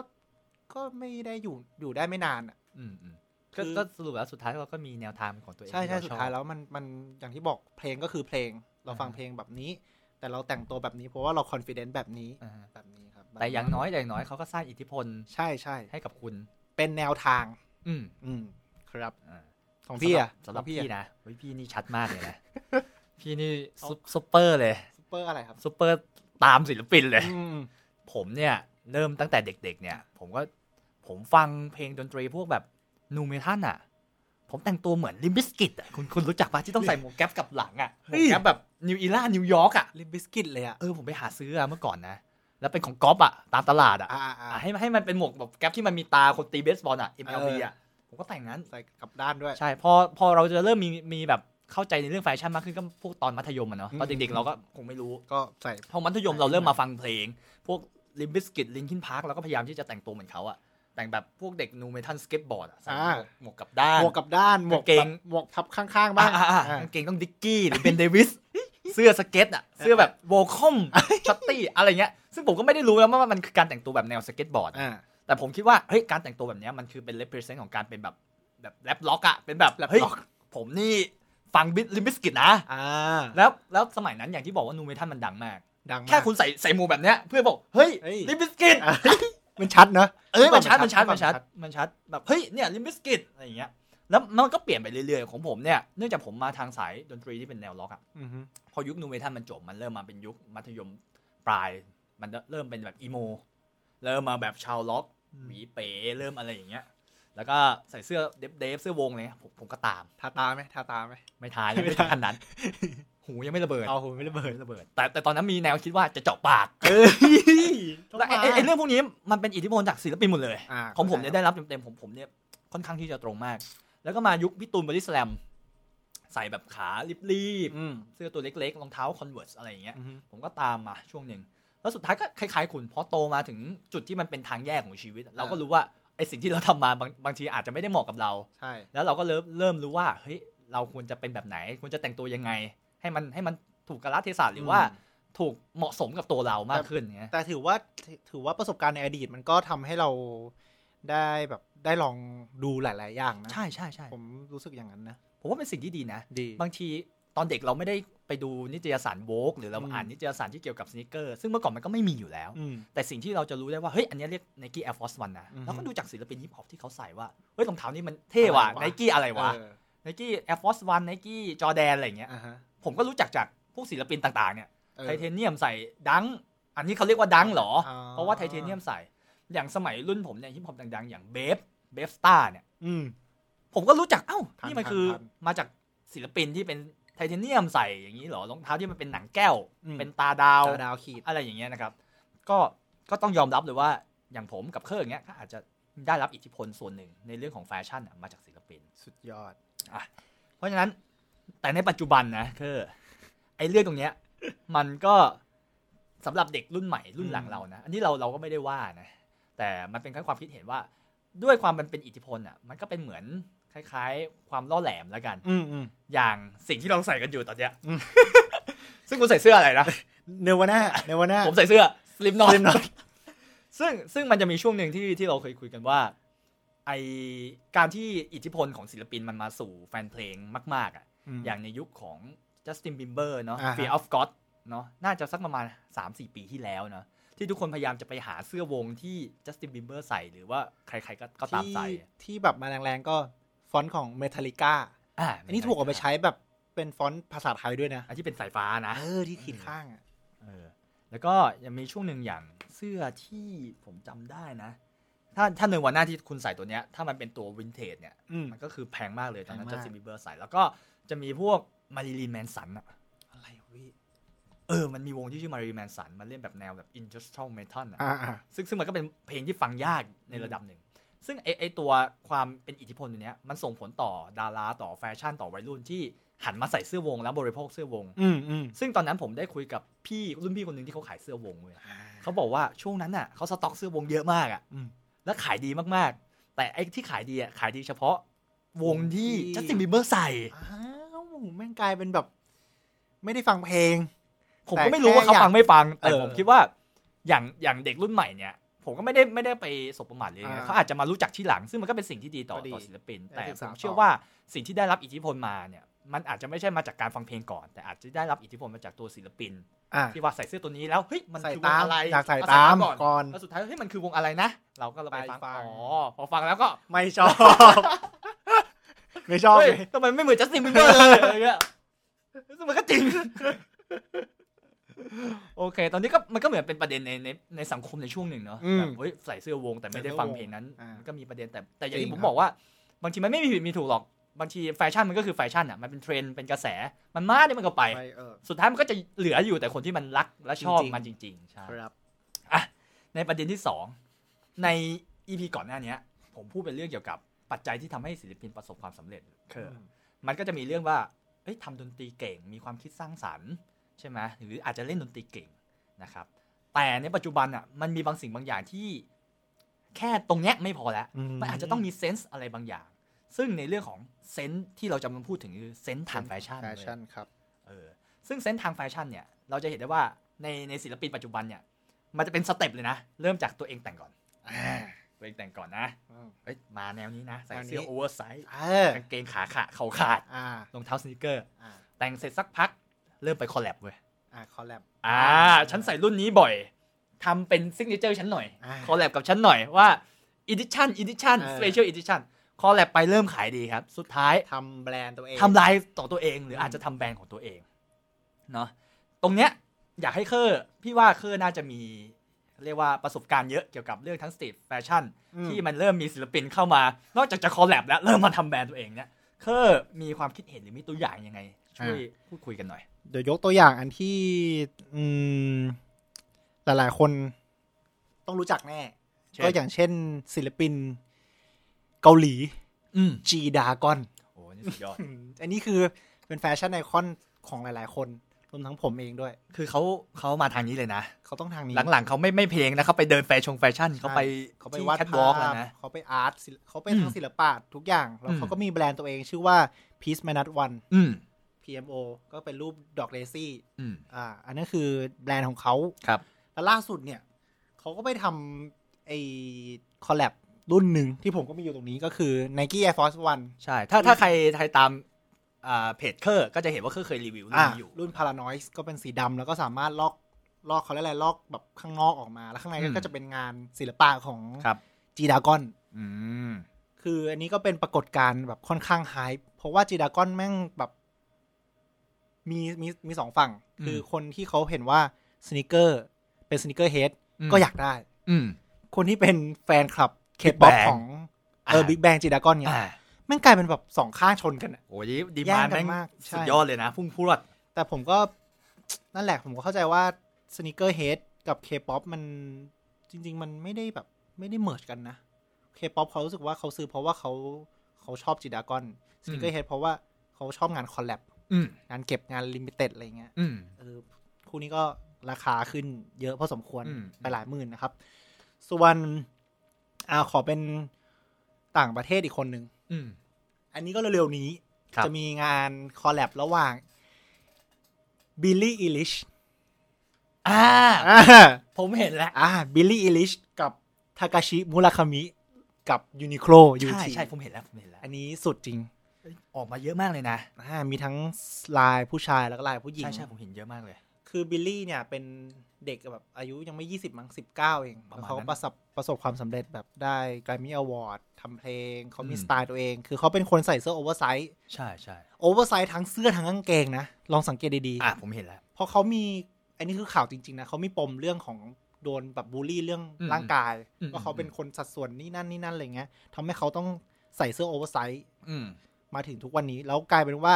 [SPEAKER 2] ก็ไม่ได้อยู่อยู่ได้ไม่นานอ่ะ
[SPEAKER 1] อืมอืมก็
[SPEAKER 2] คือ
[SPEAKER 1] ก็สรุปแล้วสุดท้ายเราก็มีแนวทางของตัวเอง
[SPEAKER 2] ใช่ใช่
[SPEAKER 1] ที่เร
[SPEAKER 2] สุดท้าย
[SPEAKER 1] อบ
[SPEAKER 2] แล้วมันมันอย่างที่บอกเพลงก็คือเพลงเราฟัง
[SPEAKER 1] อ่า
[SPEAKER 2] เพลงแบบนี้ แต่เราแต่งตัวแบบนี้เพราะว่าเราคอนฟ idence แบบนี้
[SPEAKER 1] อ่า
[SPEAKER 2] แบบนี้ครับ
[SPEAKER 1] แต่อย่างน้อยแต่อย่างน้อยเขาก็สร้างอิทธิพล
[SPEAKER 2] ใช่ใช่
[SPEAKER 1] ให้กับคุณ
[SPEAKER 2] เป็นแนวทาง
[SPEAKER 1] อืม
[SPEAKER 2] อืมครับ
[SPEAKER 1] อ่า
[SPEAKER 2] ของพี่อะ
[SPEAKER 1] สำหรับ
[SPEAKER 2] ของ
[SPEAKER 1] พี่
[SPEAKER 2] อะ
[SPEAKER 1] นะเฮ้ยพี่นี่ชัดมากเลยนะ พี่นี่ซุปซุปเปอร์เลย
[SPEAKER 2] ซุปเปอร์อะไรครับ
[SPEAKER 1] ซุปเปอร์ตามศิลปินเลย
[SPEAKER 2] อืม
[SPEAKER 1] ผมเนี่ยเริ่มตั้งแต่เด็ก ๆ เนี่ย ผมก็ผมฟังเพลงดนตรีพวกแบบนูเมทัลอ่ะ ผมแต่งตัวเหมือนลิมบิสกิตอ่ะคุณคุณรู้จักปะที่ต้องใส่หมวกแก๊ปกลับหลังอ่ะหมวกแก๊ปแบบนิวอีล่านิวยอร์กอ่ะ
[SPEAKER 2] ลิมบิสกิตเลยอะ
[SPEAKER 1] เออผมไปหาซื้ออะเมื่อก่อนนะ แล้วเป็นของก๊อฟอ่ะ ตามตลาดอ่ะ
[SPEAKER 2] อ่าอ่า
[SPEAKER 1] อ่ะให้ให้มันเป็นหมวกแบบแก๊ปที่มันมีตาคนตีเบสบอลอ่ะ MLB
[SPEAKER 2] เอออ่
[SPEAKER 1] อ่ะผมก็แต่งงั้น
[SPEAKER 2] ใส่กลับด้านด้วย
[SPEAKER 1] ใช่พอพอเราจะเริ่มมีมีแบบเข้าใจในเรื่องแฟชั่นมากขึ้นก็พวกตอนมัธยมอ่ะเนาะตอนเด็กๆเราก็คงไม่รู้
[SPEAKER 2] ก็ใส่
[SPEAKER 1] พอมัธยม
[SPEAKER 2] ใช่
[SPEAKER 1] เราเริ่มมาฟังเพลง พวกลิมบิสกิตลินคินพาร์คเราก็พยายามที่จะแต่งตัวเหมือนเขาอะแต่งแบบพวกเด็กนูเมทัลสเก็ตบอร์ดอะใส่หมวกหมวกกับด้าน
[SPEAKER 2] หมวกกลับด้านหมว
[SPEAKER 1] กา
[SPEAKER 2] ก
[SPEAKER 1] งเกง
[SPEAKER 2] แบบหมวกทับข้างๆ
[SPEAKER 1] บ้า
[SPEAKER 2] บ้าง ง
[SPEAKER 1] กางเกงต้องดิกกี้หรือเป็นเดวิส เสื้อสเก็ตอะเสื้อแบบโวค อมชัตตี้อะไรเงี้ย ซึ่งผมก็ไม่ได้รู้แล้วว่ามันคือการแต่งตัวแบบแนวสเก็ตบอร์ด
[SPEAKER 2] อ่า
[SPEAKER 1] แต่ผมคิดว่าเฮ้ยการแต่งตัวแบบเนี้ยมันคือเป็น represent ของการเป็นแบบแบบแรปล็อกอะเป็นแบบ
[SPEAKER 2] แรป
[SPEAKER 1] เฮ้ย
[SPEAKER 2] ล็อก
[SPEAKER 1] ผมนี่ฟังลิมบิสกิตนะ
[SPEAKER 2] อ่า
[SPEAKER 1] แล้วแล้วสมัยนั้นอย่างที่บอกว่านูเมทัลมันดังมาก
[SPEAKER 2] ดังมาก
[SPEAKER 1] แค่คุณใส่ใส่หมูแบบเนี้ยเพื่อนบอก เฮ้ย
[SPEAKER 2] เฮ้ย
[SPEAKER 1] ลิมบิสกิต
[SPEAKER 2] อ่ะมันชัดเนอะ
[SPEAKER 1] เอ้ยมันชัดมันชัดมันชัดมันชัดแบบเฮ้ยเนี่ยลิมบิสกิตอะไรอย่างเงี้ยแล้วมันก็เปลี่ยนไปเรื่อยๆ ของผมเนี่ยเนื่องจากผมมาทางสายดนตรีที่เป็นแนวล็อกอะ
[SPEAKER 2] อือฮึ
[SPEAKER 1] พอยุคนูเมทัลมันจบมันเริ่มมาเป็นยุคมัธยมปลาย มันเริ่มเป็นแบบอีโมเริ่มมาแบบชาวล็อกหวีเป๋เริ่มอะไรอย่างเงี้ยแล้วก็ใส่เสื้อเดฟเดฟเสื้อวงเลยผมผมก็ตาม
[SPEAKER 2] ทาตาไหมทาตาไหม
[SPEAKER 1] ไม่ทายแล้ว
[SPEAKER 2] ไม่
[SPEAKER 1] ไม่
[SPEAKER 2] ทาย
[SPEAKER 1] ขนาดนั้น หูยังไม่ระเบิด
[SPEAKER 2] เอาผมไม่ระเบิด
[SPEAKER 1] ไม่ระเบิด แต่แต่ตอนนั้นมีแนวคิดว่าจะเจาะปาก
[SPEAKER 2] เอ้ย
[SPEAKER 1] และไอ้ไอ้ไอ้เรื่องพวกนี้มันเป็นอิทธิพลจากศิลปินหมดเลย
[SPEAKER 2] า
[SPEAKER 1] ของผมเนี่ยได้รับเต็มๆผมผมเนี่ยค่อนข้างที่จะตรงมาก แล้วก็มายุคพี่ตูนบอดี้สแลมใส่แบบขารีบ
[SPEAKER 2] อืม
[SPEAKER 1] ๆเสื้อตัวเล็กๆรองเท้าคอนเวิร์สอะไรอย่างเงี้ย
[SPEAKER 2] อืม
[SPEAKER 1] ผมก็ตามมาช่วงหนึ่ง แล้วสุดท้ายก็คล้ายๆคุณพอโตมาถึงจุดที่มันเป็นทางแยกของชีวิต เราก็รู้ว่าไอสิ่งที่เราทำมาบางบางทีอาจจะไม่ได้เหมาะกับเรา
[SPEAKER 2] ใช่
[SPEAKER 1] แล้วเราก็เริ่มเริ่มรู้ว่าเฮ้ยเราควรจะเป็นแบบไหน ควรจะแต่งตัวยังไง ให้มันให้มันถูกกาลเทศะหรือว่าถูกเหมาะสมกับตัวเรามากขึ้นเงี้ย
[SPEAKER 2] แต่ถือว่าถือว่าประสบการณ์ในอดีตมันก็ทำให้เราได้แบบได้ลองดูหลาย ๆ อย่างนะ
[SPEAKER 1] ใช่ใช่ใช่
[SPEAKER 2] ผมรู้สึกอย่างนั้นนะ
[SPEAKER 1] ผมว่าเป็นสิ่งที่ดีนะ
[SPEAKER 2] ดี
[SPEAKER 1] บางทีตอนเด็กเราไม่ได้ไปดูนิตยสารโวกหรือเรา
[SPEAKER 2] อืม
[SPEAKER 1] อ่านนิตยสารที่เกี่ยวกับสนิเกอร์ซึ่งเมื่อก่อนมันก็ไม่มีอยู่แล้ว
[SPEAKER 2] อืม
[SPEAKER 1] แต่สิ่งที่เราจะรู้ได้ว่า เฮ้ย อันเนี้ยเรียก n i กี้ Air Force One นะ
[SPEAKER 2] อือฮึ
[SPEAKER 1] แล้วก็ดูจากศิลปินฮิปฮอปที่เขาใส่ว่า เฮ้ยรองเท้านี้มันเท่ว่ะ
[SPEAKER 2] อะไรวะ
[SPEAKER 1] n i กี้อะไรวะ
[SPEAKER 2] เออ
[SPEAKER 1] n i กี้ Air Force One n i กี้จอแดนอะไรอย่างเงี้ย
[SPEAKER 2] อ่าฮะ
[SPEAKER 1] ผมก็รู้จักจากพวกศิลปินต่างๆเนี่ย
[SPEAKER 2] ออ
[SPEAKER 1] ไทเทเนียมใส่ดังอันนี้เขาเรียกว่าดังเหรอ
[SPEAKER 2] อ๋อ
[SPEAKER 1] เพราะว่าไทเทเนียมใส่อย่างสมัยรุ่นผมเนี่ยฮิปฮอปดังๆ อย่างเบฟเบฟสตาร์เนี่ย
[SPEAKER 2] อืม
[SPEAKER 1] ผมก็รู้จัก เอ้า
[SPEAKER 2] ทัน
[SPEAKER 1] นี่มัน
[SPEAKER 2] ทัน
[SPEAKER 1] คือ
[SPEAKER 2] ทัน
[SPEAKER 1] มาจากศิลปินที่เป็นไทเทเนียมใส่อย่างนี้เหรอ รองเท้าที่มันเป็นหนังแก้ว
[SPEAKER 2] อืม
[SPEAKER 1] เป็นตาดาว
[SPEAKER 2] ดาวดาวขีด
[SPEAKER 1] อะไรอย่างเงี้ยนะครับ ก็ ก็ต้องยอมรับเลยว่า อย่างผมกับเครื่องเงี้ยก็อาจจะได้รับอิทธิพลส่วนหนึ่งในเรื่องของแฟชั่นน่ะมาจากศิลปิน
[SPEAKER 2] สุดยอด
[SPEAKER 1] เพราะฉะนั้น แต่ในปัจจุบันนะเคอไอเรื่องตรงเนี้ย มันก็สำหรับเด็กรุ่นใหม่รุ่นหลัง
[SPEAKER 2] อืม
[SPEAKER 1] เรานะ อันนี้เราเราก็ไม่ได้ว่านะ แต่มันเป็นแค่ความคิดเห็นว่า ด้วยความมันเป็นอิทธิพลอ่ะ มันก็เป็นเหมือนคล้าย ๆ ความล่อแหลมแล้วกัน
[SPEAKER 2] อืมอืม
[SPEAKER 1] อย่างสิ่งที่เราใส่กันอยู่ตอนเนี้ย
[SPEAKER 2] อืม
[SPEAKER 1] ซึ่งคุณใส่เสื้ออะไรนะ
[SPEAKER 2] เนวาน่าเนวาน่า
[SPEAKER 1] ผมใส่เสื้อสลิมนอ
[SPEAKER 2] Slim
[SPEAKER 1] น ซึ่งซึ่งมันจะมีช่วงหนึ่งที่ที่เราเคยคุยกันว่า ไอการที่อิทธิพลของศิลปินมันมาสู่แฟนเพลงมาก ๆอ่ะ
[SPEAKER 2] ม
[SPEAKER 1] อย่างในยุคของจัสตินบิมเบอร์เนาะ
[SPEAKER 2] อ่าฮะ
[SPEAKER 1] Fear of God เนาะน่าจะสักประมาณ 3-4 ปีที่แล้วเนาะที่ทุกคนพยายามจะไปหาเสื้อวงที่จัสตินบิมเบอร์ใส่หรือว่าใครๆก็ก็ตามใส่
[SPEAKER 2] ที่ที่แบบมาแรงๆก็ฟอนต์ของเมทัลิก้า
[SPEAKER 1] อ่า
[SPEAKER 2] อันนี้ถูกเอาไปใช้แบบเป็นฟอนต์ภาษาไทยด้วยนะ
[SPEAKER 1] อันที่เป็นสายฟ้านะ
[SPEAKER 2] เออที่ขีดข้างอ่ะ
[SPEAKER 1] เออแล้วก็ยังมีช่วงหนึ่งอย่างเสื้อที่ผมจำได้นะ ถ้าถ้าหนึ่งวันหน้าที่คุณใส่ตัวเนี้ย ถ้ามันเป็นตัววินเทจเนี่ย
[SPEAKER 2] อืม
[SPEAKER 1] มันก็คือแพงมากเลยตอนนั้น
[SPEAKER 2] แพง
[SPEAKER 1] จั
[SPEAKER 2] มาก
[SPEAKER 1] สตินบีเบอร์ใส่ แล้วก็จะมีพวกมาริลีนแมนสันอะ
[SPEAKER 2] อะไรวะพี่
[SPEAKER 1] เออ มันมีวงที่ชื่อมาริลีนแมนสัน มันเล่นแบบแนวแบบอินดัสทรีเมทัลอะ
[SPEAKER 2] อ่าอ่า
[SPEAKER 1] ซึ่งซึ่งมันก็เป็นเพลงที่ฟังยากในระดับหนึ่ง ซึ่งไอไอตัวความเป็นอิทธิพลตัวเนี้ยมันส่งผลต่อดาราต่อแฟชั่นต่อวัยรุ่นที่หันมาใส่เสื้อวงแล้วบริโภคเสื้อวง
[SPEAKER 2] อืมอืม
[SPEAKER 1] ซึ่งตอนนั้นผมได้คุยกับพี่รุ่นพี่คนหนึ่งที่เขาขายเสื้อวงเว้ย เขาบอกว่าช่วงนั้นน่ะเขาสต็อกเสื้อวงเยอะมากอ่ะ
[SPEAKER 2] อืม
[SPEAKER 1] แล้วขายดีมากๆ แต่ไอ้ที่ขายดีอ่ะขายดีเฉพาะวงที่
[SPEAKER 2] ที่
[SPEAKER 1] จัสตินบีเบอร์ใส่
[SPEAKER 2] อ้าวแม่งกลายเป็นแบบ ไม่ได้ฟังเพลง
[SPEAKER 1] ผม
[SPEAKER 2] แต่
[SPEAKER 1] ก็ไม่รู้ว่าเขาฟังไม่ฟัง แต่
[SPEAKER 2] เออ
[SPEAKER 1] ผมคิดว่าอย่างอย่างเด็กรุ่นใหม่เนี่ย ผมก็ไม่ได้ไม่ได้ไปสบประมาทเลยนะ
[SPEAKER 2] อ่า
[SPEAKER 1] เขาอาจจะมารู้จักที่หลัง ซึ่งมันก็เป็นสิ่งที่ดีต่อ
[SPEAKER 2] ก็ดี
[SPEAKER 1] ต่อศิลปิน
[SPEAKER 2] ได้
[SPEAKER 1] แต่
[SPEAKER 2] ศึ
[SPEAKER 1] ผ
[SPEAKER 2] กษาม ต่อ
[SPEAKER 1] เชื่อว่าสิ่งที่ได้รับอิทธิพลมาเนี่ยมันอาจจะไม่ใช่มาจากการฟังเพลงก่อน แต่อาจจะได้รับอิทธิพลมาจากตัวศิลปิน
[SPEAKER 2] อ่ะ
[SPEAKER 1] ที่ว่าใส่เสื้อตัวนี้แล้วเฮ้ยมัน
[SPEAKER 2] ใส่
[SPEAKER 1] คือว
[SPEAKER 2] ตางม
[SPEAKER 1] อะไร
[SPEAKER 2] อยากใส่
[SPEAKER 1] มา
[SPEAKER 2] ตาม
[SPEAKER 1] ก่อน
[SPEAKER 2] ก่อน
[SPEAKER 1] แล้วสุดท้ายเฮ้ยมันคือวงอะไรนะ เราก็ไปฟัง
[SPEAKER 2] ไปฟัง
[SPEAKER 1] อ๋อพอฟังแล้วก็
[SPEAKER 2] ไม่ชอบ ไม่ชอบ
[SPEAKER 1] เฮ้ย
[SPEAKER 2] เลย
[SPEAKER 1] ทำไมไม่เหมือนจัสตินบิมเบอร์เลยอะไรเงี้ยซึ่งมันก็จริง โอเค ตอนนี้ก็มันก็เหมือนเป็นประเด็นในในในสังคมในช่วงหนึ่งเนาะ
[SPEAKER 2] อืม
[SPEAKER 1] แบบเฮ้ยใส่เสื้อวงแต่ไม่ได้ฟังเพลงนั้น
[SPEAKER 2] อ่ามั
[SPEAKER 1] ก็มีประเด็นแต่แต่อย่าง
[SPEAKER 2] จริ
[SPEAKER 1] ที่
[SPEAKER 2] ง
[SPEAKER 1] ผม
[SPEAKER 2] ครับ
[SPEAKER 1] บอกว่า บางทีมันไม่มีผิดมีถูกหรอกบางทีแฟชั่นมันก็คือแฟชั่นอ่ะมันเป็นเทรนด์เป็นกระแสมันมาเนี่ยมันก็ไป
[SPEAKER 2] ไปเออ
[SPEAKER 1] สุดท้ายมันก็จะเหลืออยู่แต่คนที่มันรักและชอบ
[SPEAKER 2] จริงๆ
[SPEAKER 1] มันจริงๆใช่
[SPEAKER 2] ครับ
[SPEAKER 1] ในประเด็นที่ 2 ใน EP ก่อนหน้าเนี้ย ผมพูดเป็นเรื่องเกี่ยวกับปัจจัยที่ทำให้ศิลปินประสบความสำเร็จคือมันก็จะมีเรื่องว่าเอ้ยทำดนตรีเก่ง มีความคิดสร้างสรรค์ใช่ไหมหรืออาจจะเล่นดนตรีเก่งนะครับ แต่ในปัจจุบันอ่ะมันมีบางสิ่งบางอย่างที่ แค่ตรงเนี้ยไม่พอแล้ว
[SPEAKER 2] อืม
[SPEAKER 1] มันอาจจะต้องมีเซนส์อะไรบางอย่าง ซึ่งในเรื่องของเซนส์ที่เราจะมาพูดถึงคือเซนส์ทางแฟชั่น
[SPEAKER 2] แฟ
[SPEAKER 1] เว้ย
[SPEAKER 2] ชั่นครับ
[SPEAKER 1] เออซึ่งเส้นทางแฟชั่นเนี่ย เราจะเห็นได้ว่าในในศิลปินปัจจุบันเนี่ย มันจะเป็นสเต็ปเลยนะ เริ่มจากตัวเองแต่งก่อน ตัวเองแต่งก่อนนะเอ้ยมาแนวนี้นะ ใส่เสื้อ
[SPEAKER 2] แนวนี้
[SPEAKER 1] โอเวอร์ไซส์
[SPEAKER 2] เออก
[SPEAKER 1] างเกงขาขาดเข่าขาด
[SPEAKER 2] อ่าร
[SPEAKER 1] องเท้าสนิเกอร์
[SPEAKER 2] อ่า
[SPEAKER 1] แต่งเสร็จสักพัก เริ่มไปคอลแลบเว้ย
[SPEAKER 2] อ่าคอลแลบ
[SPEAKER 1] อ่า ฉันใส่รุ่นนี้บ่อยทำเป็นซิกเนเจอร์ฉันหน่อย
[SPEAKER 2] อ่า
[SPEAKER 1] คอลแลบกับฉันหน่อยว่าอีดิชั่นอีดิชั่น
[SPEAKER 2] เออ
[SPEAKER 1] สเปเชียลอีดิชั่นคอลแลบไปเริ่มขายดีครับ สุดท้าย
[SPEAKER 2] ทำแบรนด์ตัวเอง
[SPEAKER 1] ทำลายต่อตัวเองหรืออาจจะทำแบรนด์ของตัวเองเนาะตรงเนี้ยอยากให้เคอร์พี่ว่าเคอร์น่าจะมีเรียกว่าประสบการณ์เยอะเกี่ยวกับเรื่องทั้งสตรีทแฟชั่น
[SPEAKER 2] อืม
[SPEAKER 1] ที่มันเริ่มมีศิลปินเข้ามานอกจากจะคอลแลบแล้วเริ่มมาทำแบรนด์ตัวเองเนี่ยเคอร์มีความคิดเห็นหรือมีตัวอย่างยังไง ช่วยพูดคุยกันหน่อย
[SPEAKER 2] เดี๋ยวยกตัวอย่างอันที่อืมหลาย ๆ คนต้องรู้จักแน่
[SPEAKER 1] เช่น
[SPEAKER 2] ก็อย่างเช่น ศิลปินเกาหลี
[SPEAKER 1] อืม
[SPEAKER 2] จีดากอน
[SPEAKER 1] โอ้นี่สุดยอด
[SPEAKER 2] อันนี้คือเป็นแฟชั่นไอคอนของหลาย ๆ คนรวมทั้งผมเองด้วย
[SPEAKER 1] คือเขาเขามาทางนี้เลยนะ
[SPEAKER 2] เขาต้องทางนี้
[SPEAKER 1] หลังๆเขาไม่ไม่เพลงนะเขาไปเดินแฟชั่นแฟชั่นเขาไป
[SPEAKER 2] เขาไปวาด
[SPEAKER 1] แคท
[SPEAKER 2] ภ
[SPEAKER 1] วอล์ก
[SPEAKER 2] า
[SPEAKER 1] แล้ว
[SPEAKER 2] พ
[SPEAKER 1] นะ
[SPEAKER 2] เขาไปอาร์ตศิลป์เขาไปทาง
[SPEAKER 1] อืม
[SPEAKER 2] ศิลปะทุกอย่าง แล้ว
[SPEAKER 1] อืม
[SPEAKER 2] เขาก็มีแบรนด์ตัวเองชื่อว่า Peace Minus One
[SPEAKER 1] อืม
[SPEAKER 2] PMO ก็เป็นรูปดอกเลซี่
[SPEAKER 1] อืม
[SPEAKER 2] อ่า อันนั้นคือแบรนด์ของเขา
[SPEAKER 1] ครับ
[SPEAKER 2] แล้วล่าสุดเนี่ย เขาก็ไปทำไอ้คอลแลบรุ่นหนึ่งที่ผมก็มีอยู่ตรงนี้ก็คือ Nike Air Force One
[SPEAKER 1] ใช่ ถ้าถ้าใครใครตามอ่าเพจเคอร์ก็จะเห็นว่าเคอร์เคยรีวิวเรื่อง
[SPEAKER 2] อ่า
[SPEAKER 1] นี้อยู่
[SPEAKER 2] รุ่นพารานอยส์ก็เป็นสีดำแล้วก็สามารถลอกลอกเขาเรียกอะไรลอกแบบข้างนอกออกมา แล้วข้างใน
[SPEAKER 1] อืม
[SPEAKER 2] ก็จะเป็นงานศิลปะของ
[SPEAKER 1] ครับ
[SPEAKER 2] จีดากอน
[SPEAKER 1] อืม
[SPEAKER 2] คืออันนี้ก็เป็นปรากฏการณ์แบบค่อนข้างไฮป์เพราะว่าจีดากอนแม่งแบบมีมีมีสองฝั่ง
[SPEAKER 1] อืม
[SPEAKER 2] คือคนที่เขาเห็นว่าสนิเกอร์เป็นสนิเกอร์เฮดก็อยากได้
[SPEAKER 1] อืม
[SPEAKER 2] คนที่เป็นแฟนคลับเคป๊อป
[SPEAKER 1] Bang
[SPEAKER 2] ของเออบิ๊กแบงจีดากอนเนี่ย
[SPEAKER 1] อ่า
[SPEAKER 2] แม่งกลายเป็นแบบสองข้างชนกันอะ
[SPEAKER 1] โอ้ยดี
[SPEAKER 2] แย่
[SPEAKER 1] มาง น
[SPEAKER 2] กัน
[SPEAKER 1] แม่ง
[SPEAKER 2] มากใช่
[SPEAKER 1] สุดยอดเลยนะ พุ่งพรวด
[SPEAKER 2] แต่ผมก็ นั่นแหละผมก็เข้าใจว่าสน e เกอร์เฮดกับเคป๊อปมันจริง ๆ มันไม่ได้แบบ ไม่ได้เมิร์กันนะเคป๊อปเขารู้สึกว่าเขาซื้อเพราะว่าเขาเขาชอบจิดากอนสน e เกอร์เฮดเพราะว่าเขาชอบงานคอลแลบ
[SPEAKER 1] อืม
[SPEAKER 2] งานเก็บงานลิมิเต็ดอะไรเงี้ย
[SPEAKER 1] อืม
[SPEAKER 2] เออคู่นี้ก็ราคาขึ้นเยอะพอสมควร
[SPEAKER 1] อืม
[SPEAKER 2] ไปหลายหมื่นนะครับ ส่วนอ่าขอเป็นต่างประเทศอีกคนหนึ่ง
[SPEAKER 1] อืม
[SPEAKER 2] อันนี้ก็เร็วๆนี้
[SPEAKER 1] ครับ
[SPEAKER 2] จะมีงานคอลแลบระหว่างบิลลี่อีลิช
[SPEAKER 1] อ่า
[SPEAKER 2] อ่า
[SPEAKER 1] ผมเห็นแล้ว
[SPEAKER 2] อ่าบิลลี่อีลิชกับทากาชิมูราคามิกับยูนิโคลยู
[SPEAKER 1] ใช่
[SPEAKER 2] ที
[SPEAKER 1] ใช่ผมเห็นแล้ว ผมเห็นแล้ว
[SPEAKER 2] อันนี้สุดจริง
[SPEAKER 1] ออกมาเยอะมากเลยนะ
[SPEAKER 2] อ่ามีทั้งลายผู้ชายแล้วก็ลายผู้หญิง
[SPEAKER 1] ใช่ใช่ผมเห็นเยอะมากเลย
[SPEAKER 2] คือบิลลี่เนี่ยเป็นเด็กแบบอายุยังไม่ 20มั้ง19 เอง
[SPEAKER 1] ประมาณนั้น
[SPEAKER 2] เขาประสบประสบความสำเร็จแบบได้กรมี่อวอร์ดทำเพลงเขามี
[SPEAKER 1] อืม
[SPEAKER 2] สไตล์ตัวเอง คือเขาเป็นคนใส่เสื้อโอเวอร์ไซส์
[SPEAKER 1] ใช่ใช่
[SPEAKER 2] โอเวอร์ไซส์ทั้งเสื้อทั้งกางเกงนะ ลองสังเกตดีๆ
[SPEAKER 1] อ่าผมเห็นแล้ว
[SPEAKER 2] เพราะเขามี อันนี้คือข่าวจริง ๆ นะเขามีปมเรื่องของโดนแบบบูลลี่เรื่อง
[SPEAKER 1] อืม
[SPEAKER 2] ร่างกาย
[SPEAKER 1] อืม
[SPEAKER 2] ว่าเขาเป็นคนสัดส่วนนี่นั่นนี่นั่นอะไรเงี้ยทำให้เขาต้องใส่เสื้อโอเวอร์ไซส์
[SPEAKER 1] อืม
[SPEAKER 2] มาถึงทุกวันนี้ แล้วกลายเป็นว่า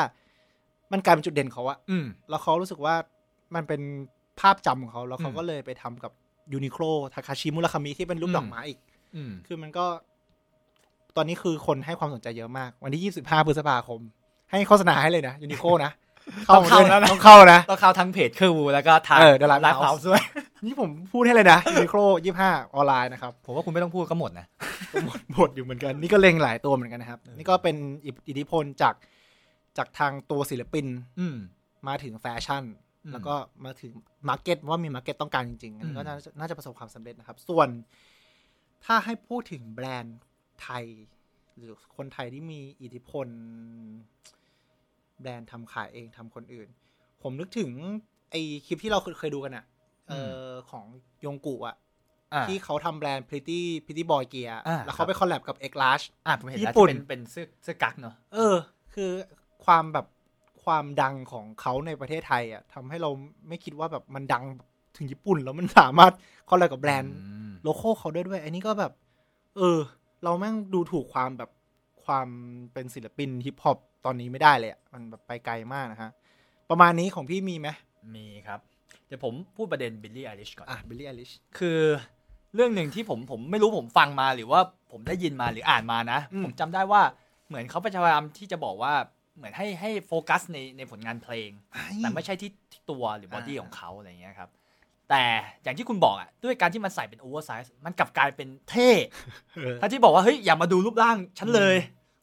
[SPEAKER 2] มันกลายเป็นจุดเด่นเขาอะ
[SPEAKER 1] อืม
[SPEAKER 2] แล้วเขารู้สึกว่ามันเป็นภาพจำของเขา แล้วเขาก็เลยไปทำกับยูนิโคลทาคาชิมุราคามิที่เป็นรูป
[SPEAKER 1] อืม
[SPEAKER 2] ดอกไม้อีก
[SPEAKER 1] อืม
[SPEAKER 2] คือมันก็ ตอนนี้คือคนให้ความสนใจเยอะมาก วันที่ 25พฤษภาคม ให้โฆษณาให้เลยนะยูนิโคลนะ
[SPEAKER 1] ต้องเข้าแล้วนะ
[SPEAKER 2] ต้องเข้านะ
[SPEAKER 1] ต้องเข้าทั้งเพจเคอร์วูแล้วก็ทาง
[SPEAKER 2] เออ The Live
[SPEAKER 1] ไลฟ์เฮา
[SPEAKER 2] House
[SPEAKER 1] ส์ด้วย
[SPEAKER 2] นี่ผมพูดให้เลยนะ ยูนิโคลยี่ห้าออนไลน์นะครับ
[SPEAKER 1] ผมว่าคุณไม่ต้องพูดก็หมดนะ
[SPEAKER 2] ก็หมดหมดอยู่เหมือนกัน นี่ก็เล็งหลายตัวเหมือนกันนะครับ
[SPEAKER 1] เออ
[SPEAKER 2] นี่ก็เป็นอิทธิพลจากจากทางตัวศิลปิน
[SPEAKER 1] อืม
[SPEAKER 2] มาถึงแฟชั่น
[SPEAKER 1] อืม
[SPEAKER 2] แล้วก็มาถึงมาร์เก็ตว่ามีมาร์เก็ตต้องการจริงๆ อันนี้ก็
[SPEAKER 1] อืม
[SPEAKER 2] น่าจะน่าจะประสบความสำเร็จนะครับ ส่วนถ้าให้พูดถึงแบรนด์ไทย หรือคนไทยที่มีอิทธิพล แบรนด์ทำขายเองทำคนอื่น ผมนึกถึง ไอคลิปที่เราเคยเคยดูกันอะเออของยงกุอะ
[SPEAKER 1] อ่า
[SPEAKER 2] ที่เขาทำแบรนด์ Pretty Pretty Boy Gear
[SPEAKER 1] อ่า
[SPEAKER 2] แล้ว
[SPEAKER 1] ครั
[SPEAKER 2] เขา
[SPEAKER 1] บ
[SPEAKER 2] ไปคอลแลบกับ X Large
[SPEAKER 1] อ่าผมเห็น
[SPEAKER 2] ญี่
[SPEAKER 1] แล้ว
[SPEAKER 2] ปุ่
[SPEAKER 1] ที่
[SPEAKER 2] น
[SPEAKER 1] เป็นเป็นเสื้อเสื้อกั๊กเนาะ
[SPEAKER 2] เออ คือความแบบความดังของเขาในประเทศไทยอ่ะทำให้เราไม่คิดว่าแบบมันดังถึงญี่ปุ่น แล้วมันสามารถคอลแลบกับแบรนด์
[SPEAKER 1] อืม
[SPEAKER 2] โลโก้เขาด้วยด้วย อันนี้ก็แบบ เออ เราแม่งดูถูกความแบบความเป็นศิลปินฮิปฮอปตอนนี้ไม่ได้เลยอะมันแบบไปไกลมากนะฮะ ประมาณนี้ของพี่มีไหม
[SPEAKER 1] มีครับ เดี๋ยวผมพูดประเด็นบิลลี่ไอริชก่อน
[SPEAKER 2] อ่ะบิลลี่ไอลิช
[SPEAKER 1] คือเรื่องหนึ่งที่ผมผมไม่รู้ผมฟังมาหรือว่าผมได้ยินมาหรืออ่านมานะ
[SPEAKER 2] อืม
[SPEAKER 1] ผมจำได้ว่าเหมือนเขาพยายามที่จะบอกว่าเหมือนให้ให้โฟกัสในในผลงานเพลง แต่ไม่ใช่ที่ที่ตัวหรือบอดี้
[SPEAKER 2] อ่า
[SPEAKER 1] ของเขาอะไรอย่างเงี้ยครับ แต่อย่างที่คุณบอกอ่ะด้วยการที่มันใส่เป็นโอเวอร์ไซส์มันกลับกลายเป็นเท่
[SPEAKER 2] เออ
[SPEAKER 1] ถ้าที่บอกว่าเฮ้ยอย่ามาดูรูปร่างฉันเลย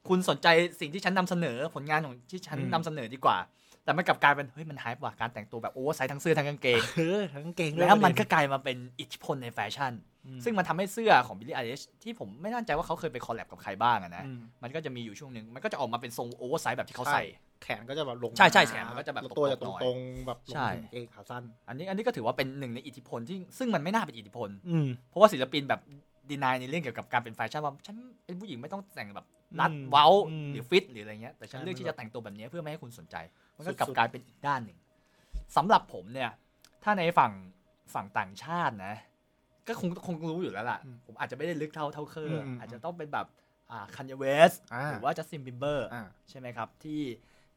[SPEAKER 1] คุณสนใจสิ่งที่ฉันนำเสนอผลงานของที่ฉัน
[SPEAKER 2] อืม
[SPEAKER 1] นำเสนอดีกว่า แต่มันกลับกลายเป็นเฮ้ยมันหายกว่าการแต่งตัวแบบโอเวอร์ไซส์ทั้งเสื้อทั้งกางเกง
[SPEAKER 2] เออทั้งเก่งด้วย
[SPEAKER 1] แล้วมัน
[SPEAKER 2] ป
[SPEAKER 1] ก็
[SPEAKER 2] ระเด็
[SPEAKER 1] กลายมาเป็นอิทธิพลในแฟชั่น
[SPEAKER 2] อืม
[SPEAKER 1] ซึ่งมันทำให้เสื้อของบิลลี่ไอริชที่ผมไม่แน่ใจว่าเขาเคยไปคอลแลบกับใครบ้างอะนะ
[SPEAKER 2] อืม
[SPEAKER 1] มันก็จะมีอยู่ช่วงหนึ่งมันก็จะออกมาเป็นทรงโอเวอร์ไซส์แบบที่เขาใส่
[SPEAKER 2] แขนก็จะแบบลง
[SPEAKER 1] ใช่ใช่แขนมันก็จะแบบ
[SPEAKER 2] ตัวจะ
[SPEAKER 1] ต
[SPEAKER 2] ต
[SPEAKER 1] ร
[SPEAKER 2] รง ง
[SPEAKER 1] ๆ
[SPEAKER 2] ตรงๆแบบลง
[SPEAKER 1] ใช่
[SPEAKER 2] ถึงเองขาสั้น
[SPEAKER 1] อันนี้อันนี้ก็ถือว่าเป็นหนึ่งในอิทธิพลที่ซึ่งมันไม่น่าเป็นอิทธิพล
[SPEAKER 2] อืม
[SPEAKER 1] เพราะว่าศิลปินแบบดีนายในเรื่องเกี่ยวกับการเป็นแฟชั่นว่าฉันเป็นผู้หญิงไม่ต้องแต่งแบบรัด
[SPEAKER 2] อืม
[SPEAKER 1] เว้า
[SPEAKER 2] อืม
[SPEAKER 1] หรือฟิตหรืออะไรเงี้ยแต่ฉัน
[SPEAKER 2] ใช่
[SPEAKER 1] เลือกที่
[SPEAKER 2] มัน
[SPEAKER 1] จะแต่งตัวแบบนี้เพื่อไม่ให้คุณสนใจ มันก็
[SPEAKER 2] สุดๆ
[SPEAKER 1] กลับกลายเป็นอีกด้านหนึ่งสำหรับผมเนี่ย ถ้าในฝั่งฝั่งต่างชาตินะ ก็คงคงรู้อยู่แล้วล่ะ
[SPEAKER 2] อืม
[SPEAKER 1] ผมอาจจะไม่ได้ลึกเท่าเท่าเคอร์
[SPEAKER 2] อืมอืม
[SPEAKER 1] อาจจะต้องเป็นแบบอ่าคันยเวส
[SPEAKER 2] อ่า
[SPEAKER 1] หรือว่าจัสตินบิมเบอร์
[SPEAKER 2] อ่า
[SPEAKER 1] ใช่ไหมครับ ที่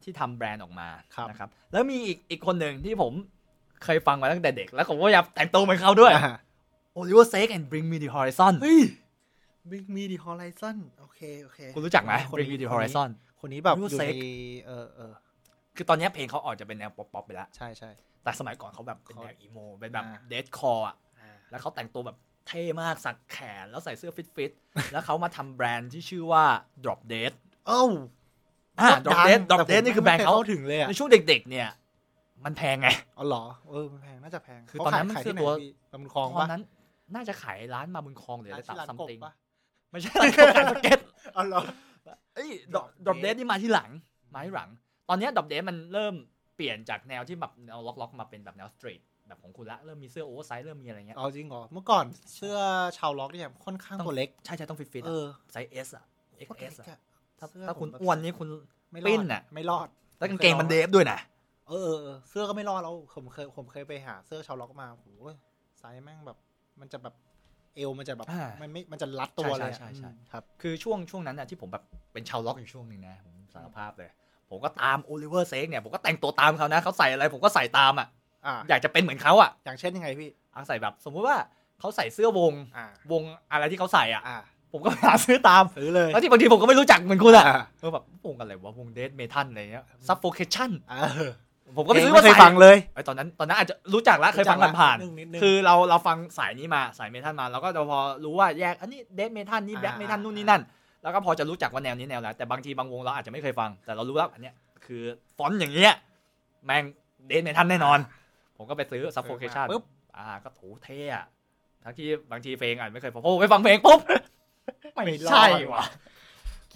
[SPEAKER 1] ที่ทำแบรนด์ออกมา
[SPEAKER 2] ครับ
[SPEAKER 1] นะครับ แล้วมีอีกอีกคนหนึ่งที่ผมเคยฟังมาตั้งแต่เด็ก แล้วผมก็อยากแต่งตัวเหมือนเขาด้วย
[SPEAKER 2] อ่า
[SPEAKER 1] Oliver Sake and Bring Me the Horizon
[SPEAKER 2] เฮ้ย Bring Me the Horizon โอเค โอเค
[SPEAKER 1] คุณรู้จักไหม
[SPEAKER 2] คนนี้
[SPEAKER 1] Bring Me the
[SPEAKER 2] คนนี้
[SPEAKER 1] Horizon
[SPEAKER 2] คนนี้แบบ
[SPEAKER 1] รู้
[SPEAKER 2] อยู่
[SPEAKER 1] เซ็
[SPEAKER 2] ใน
[SPEAKER 1] ก
[SPEAKER 2] เออเออ
[SPEAKER 1] คือตอนเนี้ยเพลงเขาออกจะเป็นแนวป๊อปๆไปแล้ว
[SPEAKER 2] ใช่ใช่
[SPEAKER 1] แต่สมัยก่อนเขาแบบเป็นแนวอีโมเป็นแบบ
[SPEAKER 2] อ่า
[SPEAKER 1] เดดคอร์อ่ะ แล้วเขาแต่งตัวแบบเท่มากสักแขน แล้วใส่เสื้อฟิต ๆ แล้วเขามาทำแบรนด์ที่ชื่อว่า Drop Dead
[SPEAKER 2] เอ้า
[SPEAKER 1] อ่า
[SPEAKER 2] ก็
[SPEAKER 1] Drop Dead
[SPEAKER 2] ดัง
[SPEAKER 1] Drop
[SPEAKER 2] ต่
[SPEAKER 1] Dead
[SPEAKER 2] ผม
[SPEAKER 1] นี่คือแบรนด์เขา
[SPEAKER 2] ไม่ยถึงเลยอ่ะ
[SPEAKER 1] ในช่วงเด็กๆ เนี่ย มันแพงไง
[SPEAKER 2] อ๋อเหรอเออมันแพงน่าจะแพง
[SPEAKER 1] คือตอนนั้นมัน
[SPEAKER 2] เขาขาย
[SPEAKER 1] คือ
[SPEAKER 2] ที่ไหน
[SPEAKER 1] ตัว
[SPEAKER 2] พี่ลำคลอง
[SPEAKER 1] ตอ
[SPEAKER 2] ปะ
[SPEAKER 1] นนั้นน่าจะขายร้านมาบุญคลองหรือ
[SPEAKER 2] ขาย
[SPEAKER 1] อะไรตาม
[SPEAKER 2] ที่ร้าน
[SPEAKER 1] ซัม
[SPEAKER 2] กบ
[SPEAKER 1] ติง
[SPEAKER 2] ปะ
[SPEAKER 1] ไม่ใช่ร้ านกบขายสเก็ต
[SPEAKER 2] อ๋อเหรอ
[SPEAKER 1] เอ้ย
[SPEAKER 2] Drop
[SPEAKER 1] Drop Dead
[SPEAKER 2] Dead
[SPEAKER 1] นี่มาที่หลัง มาที่หลัง ตอนเนี้ย Drop Dead มันเริ่มเปลี่ยนจากแนวที่แบบแนวล็อกๆมาเป็นแบบแนวสตรีทแบบของคุณละเริ่มมีเสื้อโอเวอร์ไซส์เริ่มมีอะไรเงี้ย
[SPEAKER 2] อ๋อจริงเหรอเมื่อก่อนเสื้อชาวล็อกเนี่ยค่อนข้างตัวเล็ก
[SPEAKER 1] ใช่ใช่ต้องฟิตๆ
[SPEAKER 2] เอ
[SPEAKER 1] อะ
[SPEAKER 2] อ
[SPEAKER 1] ไซส์ S อ่ะ XS อ่ะถ้า
[SPEAKER 2] เสื้อ
[SPEAKER 1] ถ้าคุณ
[SPEAKER 2] ผมแบบ
[SPEAKER 1] อ้วนนี่คุณ
[SPEAKER 2] ไม่
[SPEAKER 1] ปิ้
[SPEAKER 2] รอน ด
[SPEAKER 1] น่ะ
[SPEAKER 2] ไม่รอด
[SPEAKER 1] แล้วกางเกงมันเดฟด้วยนะ
[SPEAKER 2] เออเออเออเสื้อก็ไม่รอดแล้วผมเคยผมเคยไปหาเสื้อชาวล็อกมาโหไซส์แม่งแบบ มันจะแบบเอวมันจะแบบ
[SPEAKER 1] อ่ามั
[SPEAKER 2] มันไม่มันจะรัดตัวเลยอะ
[SPEAKER 1] ใช่ใช่ใช่ใช่
[SPEAKER 2] อืมครับ
[SPEAKER 1] คือช่วงช่วงนั้นน่ะที่ผมแบบเป็นชาวล็อกอยู่ช่วงหนึ่งนะ ผมสารภาพเลย ผมก็ตามโอลิเวอร์เซกเนี่ยผมก็แต่งตัวตามเขานะเขาใส่อะไรผมก็ใส่ตามอ่ะ
[SPEAKER 2] อ่า
[SPEAKER 1] อยากจะเป็นเหมือนเขาอ่ะ
[SPEAKER 2] อย่างเช่นยังไงพี่
[SPEAKER 1] เอาใส่แบบสมมุติว่าเขาใส่เสื้อวง
[SPEAKER 2] อ่า
[SPEAKER 1] วงอะไรที่เขาใส่อ่ะ
[SPEAKER 2] อ่า
[SPEAKER 1] ผมก็ไปหาซื้อตาม
[SPEAKER 2] ซื้อเลย
[SPEAKER 1] แล้วที่บางทีผมก็ไม่รู้จักเหมือนคุณอ่ะ
[SPEAKER 2] อ่า
[SPEAKER 1] เออแบบวงอะไรวะวงเดทเมทัลอะไรเงี้ยซับโฟเคชั่น
[SPEAKER 2] เออ
[SPEAKER 1] ผมก็ไปซื้อ
[SPEAKER 2] เพล
[SPEAKER 1] มา
[SPEAKER 2] ไม่เคย
[SPEAKER 1] ใส่
[SPEAKER 2] ฟังเลย
[SPEAKER 1] ไอตอนนั้นตอนนั้นอาจจะรู้จักละเคยฟังผ่านๆ
[SPEAKER 2] นิดงนิดนึง
[SPEAKER 1] คือเราเราฟังสายนี้มาสายเมทัลมาเราก็จะพอรู้ว่าแยกอันนี้เด a เมทัลนี่แบล็ก
[SPEAKER 2] อ่า
[SPEAKER 1] เมทัลนู่นนี่นั่น แล้วก็พอจะรู้จักว่าแนวนี้แนวอะไรแต่บางทีบางวงเราอาจจะไม่เคยฟัง แต่เรารู้แล้วอันเนี้ยคือฟอนต์อย่างเงี้ยแม่งเด a เมทัลแน่นอน ผมก็ไปซื้อซับโฟเคชัน
[SPEAKER 2] ปุ๊บ
[SPEAKER 1] อ่าก็ถูเท่อะทั้งที่บางทีเพลงอาจไม่เคยฟังโอ้ไปฟังเพลงปุ๊บ ไม่
[SPEAKER 2] ไม่รอด
[SPEAKER 1] ใช่ว่ะ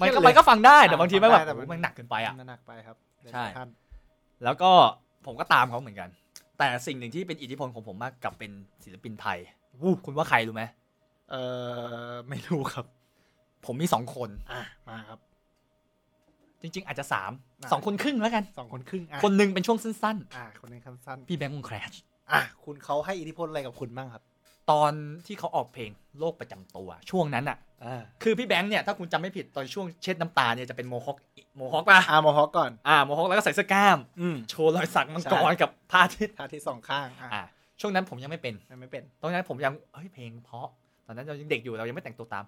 [SPEAKER 1] มันก็
[SPEAKER 2] เครียดเลย
[SPEAKER 1] มันก็ฟังได้แต่บางที
[SPEAKER 2] ฟั
[SPEAKER 1] ไม่
[SPEAKER 2] ง
[SPEAKER 1] แบ
[SPEAKER 2] ได้
[SPEAKER 1] บ
[SPEAKER 2] แต่มัน
[SPEAKER 1] โอ้มันหนักเกินไปอะ
[SPEAKER 2] หนักไปครับ
[SPEAKER 1] ใช่
[SPEAKER 2] ท่าน
[SPEAKER 1] แล้วก็ผมก็ตามเขาเหมือนกัน แต่สิ่งหนึ่งที่เป็นอิทธิพลของผมมากกลับเป็นศิลปินไทยวู้คุณว่าใครรู้ไหม
[SPEAKER 2] เออไม่รู้ครับ
[SPEAKER 1] ผมมีสองคน
[SPEAKER 2] อ่ะมาครับ
[SPEAKER 1] จริง ๆ อาจจะสาม
[SPEAKER 2] อ่า
[SPEAKER 1] สองคนครึ่งแล้วกัน
[SPEAKER 2] สองคนครึ่งอ่ะ
[SPEAKER 1] คนหนึ่งเป็นช่วงสั้น
[SPEAKER 2] อ่ะคนหนึงคำสั้น
[SPEAKER 1] ๆ พี่แบงค์วงแครช
[SPEAKER 2] อ่ะคุณเขาให้อิทธิพลอะไรกับคุณบ้างครับ
[SPEAKER 1] ตอนที่เขาออกเพลงโลกประจำตัว ช่วงนั้นอ่ะ
[SPEAKER 2] อ่า
[SPEAKER 1] คือพี่แบงค์เนี่ย ถ้าคุณจำไม่ผิดตอนช่วงเช็ดน้ำตาเนี่ยจะเป็นโมฮอคโมฮอคป่ะ
[SPEAKER 2] อ่ะโมฮอคก่อน
[SPEAKER 1] อ่าโมฮอคแล้วก็ใส่เสื้อกล้าม
[SPEAKER 2] อืม
[SPEAKER 1] โชว์รอยสักมังกร
[SPEAKER 2] ใช่
[SPEAKER 1] กับพระอาทิตย์
[SPEAKER 2] ท่าที่สองข้างอ่ะ
[SPEAKER 1] อ่าช่วงนั้นผมยังไม่เป็น
[SPEAKER 2] มันไม่เป็น
[SPEAKER 1] ตอนนั้นผมยังเฮ้ยเพลงเพราะ ตอนนั้นเรายังเด็กอยู่เรายังไม่แต่งตัวตาม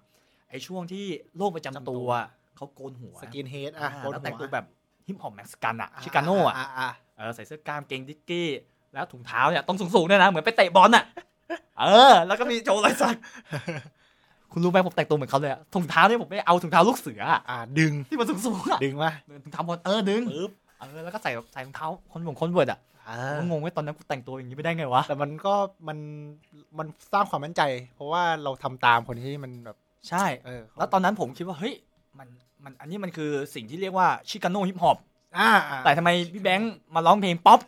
[SPEAKER 1] ไอ้ช่วงที่โลกประจำ
[SPEAKER 2] จำตั
[SPEAKER 1] ตัว วเขาโกนหัว
[SPEAKER 2] สกินเฮด
[SPEAKER 1] อ่า
[SPEAKER 2] อ่ะ
[SPEAKER 1] แล้วแต่ง
[SPEAKER 2] หั
[SPEAKER 1] ตัวแบบฮิปฮอปแม็กซ์กันอะชิคาโน่อะ
[SPEAKER 2] อ่ะ
[SPEAKER 1] เออใส่เสื้อกล้ามเกงดิกกี้ แล้วถุงเท้าเนี่ยต้องสูงๆด้วยนะ เหมือนไปเตะบ อลน่ะ เออ แล้วก็มีโจรอยสัก คุณรู้ไหมผมแต่งตัวเหมือนเขาเลยอะถุงเท้าเนี่ยผมไม่เอาถุงเท้าลูกเสืออะ
[SPEAKER 2] อ่ะดึง
[SPEAKER 1] ที่มันสูงๆอะ
[SPEAKER 2] ดึงมา
[SPEAKER 1] ถุงเท้าบอลเออดึง
[SPEAKER 2] ปึ๊บ
[SPEAKER 1] เออแล้วก็ใส่ใส่ถุงเท้าคนหวงคนเวิร์ดอะ
[SPEAKER 2] อ่
[SPEAKER 1] ผม
[SPEAKER 2] า
[SPEAKER 1] ก็งงไว้ยตอนนั้นกูแต่งตัวอย่างนี้ไม่ได้ไงวะ
[SPEAKER 2] แต่มันก็มันมันสร้างความมั่นใจ เพราะว่าเราทำตามคนที่มันแบบ
[SPEAKER 1] ใช่
[SPEAKER 2] เออ
[SPEAKER 1] แล้วตอนนั้นผมคิดว่าเฮ้ยมันมันอันนี้มันคือสิ่งที่เรียกว่าชิคาโน่ฮิปฮอป
[SPEAKER 2] อ่า
[SPEAKER 1] แต่ทำไมพี่แบงค์มาร้องเพลงป๊อป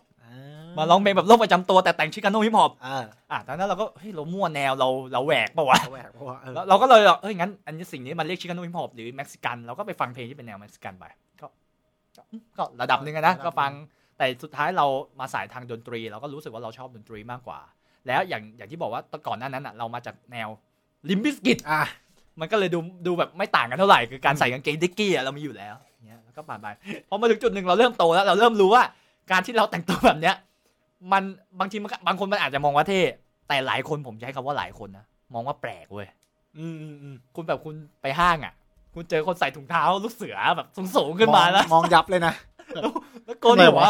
[SPEAKER 1] มาร้องเพลงแบบโลกประจำตัวแต่แต่งชิคาโน่ฮิปฮอป
[SPEAKER 2] อ่า
[SPEAKER 1] อ่ะตอนนั้นเราก็เฮ้ยเรามั่วแนวเราเราแหวกปะวะ
[SPEAKER 2] แหวกเพราะว่าเออ
[SPEAKER 1] แล้วเราก็เลยแบบเอ้ยงั้นอันนี้สิ่งนี้มันเรียกชิคาโนฮิปฮอปหรือเม็กซิกันเราก็ไปฟังเพลงที่เป็นแนวเม็กซิกันไปก็ก็ก็ระดับหนึ่งอะนะ ก็ฟังแต่สุดท้ายเรามาสายทางดนตรี เราก็รู้สึกว่าเราชอบดนตรีมากกว่า แล้วอย่างอย่างที่บอกว่าตอนก่อนหน้านั้นอะเรามาจากแนวลิมบิสกิต
[SPEAKER 2] อ่ะ
[SPEAKER 1] มันก็เลยดูดูแบบไม่ต่างกันเท่าไหร่คือการใส่กางเกงดิกกี้อะเรามีอยู่แล้วเนี้ยแล้วก็ผ่านไปพอมาถึงจุดหนึ่งเราเริ่มโตแล้วเราเริ่มรู้ว่า การที่เราแต่งตัวแบบเนี้ย มันบางทีมันก็บางคนมันอาจจะมองว่าเท่แต่หลายคนผมใช้คำว่าหลายคนนะมองว่าแปลกเว้ย
[SPEAKER 2] อืมอืมอืม
[SPEAKER 1] คุณแบบคุณไปห้างอ่ะ คุณเจอคนใส่ถุงเท้าลูกเสือแบบสูงๆขึ้นมาแล้ว
[SPEAKER 2] องมองยับเลยนะ
[SPEAKER 1] แล้วโกนหัว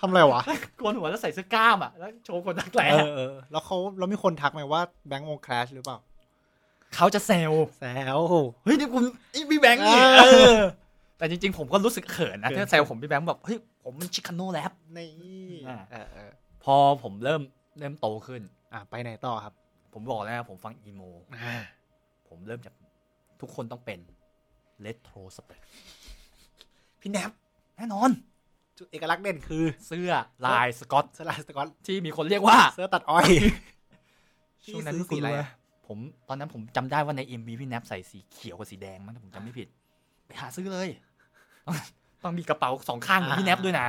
[SPEAKER 2] ทำไมวะ ทำอะไรวะ
[SPEAKER 1] โกนหัวแล้วใส่เสื้อกล้ามอ่ะแล้วโชว์คนรักแร้
[SPEAKER 2] เออเออแล้วเขาเรามีคนทักไหมว่าแบงก์วงคลาชหรือเปล่า
[SPEAKER 1] เขาจะแซว
[SPEAKER 2] แซว
[SPEAKER 1] เฮ้ยนี่คุณนี่พี่แบงค์นี่
[SPEAKER 2] เออ
[SPEAKER 1] เออแต่จริงๆ ผมก็รู้สึกเขินนะ
[SPEAKER 2] เขิน
[SPEAKER 1] ถ้าแซวผมพี่แบงค์แบบเฮ้ยผมมันชิคาโน่แรป
[SPEAKER 2] นี่
[SPEAKER 1] อ่ะ
[SPEAKER 2] เออเออ
[SPEAKER 1] พอผมเริ่มเริ่มโตขึ้น
[SPEAKER 2] อ่ะไปไหนต่อครับ
[SPEAKER 1] ผมบอกแล้วนะผมฟังอีโม
[SPEAKER 2] อ่า
[SPEAKER 1] ผมเริ่มจากทุกคนต้องเป็นเลโทรสเป ก
[SPEAKER 2] พี่แนบ
[SPEAKER 1] แน่นอน
[SPEAKER 2] จุดเอกลักษณ์เด่นคือ
[SPEAKER 1] เสื้อลายสกอต
[SPEAKER 2] เสื้อลายสกอต
[SPEAKER 1] ที่มีคนเรียกว่า
[SPEAKER 2] เสื้อตัดอ้อย พี่
[SPEAKER 1] ช่วงนั้น
[SPEAKER 2] ซื้อ
[SPEAKER 1] คุณ
[SPEAKER 2] สีอะไร
[SPEAKER 1] รู้
[SPEAKER 2] อะ
[SPEAKER 1] ไหมผมตอนนั้นผมจำได้ว่าในเอ็มบีพี่แนบใส่สีเขียวกับสีแดงมั้งถ้าผมจำไม่ผิด ไปหาซื้อเลย ต้องต้องมีกระเป๋าสองข้างเหมือนพี่แนบด้วยนะ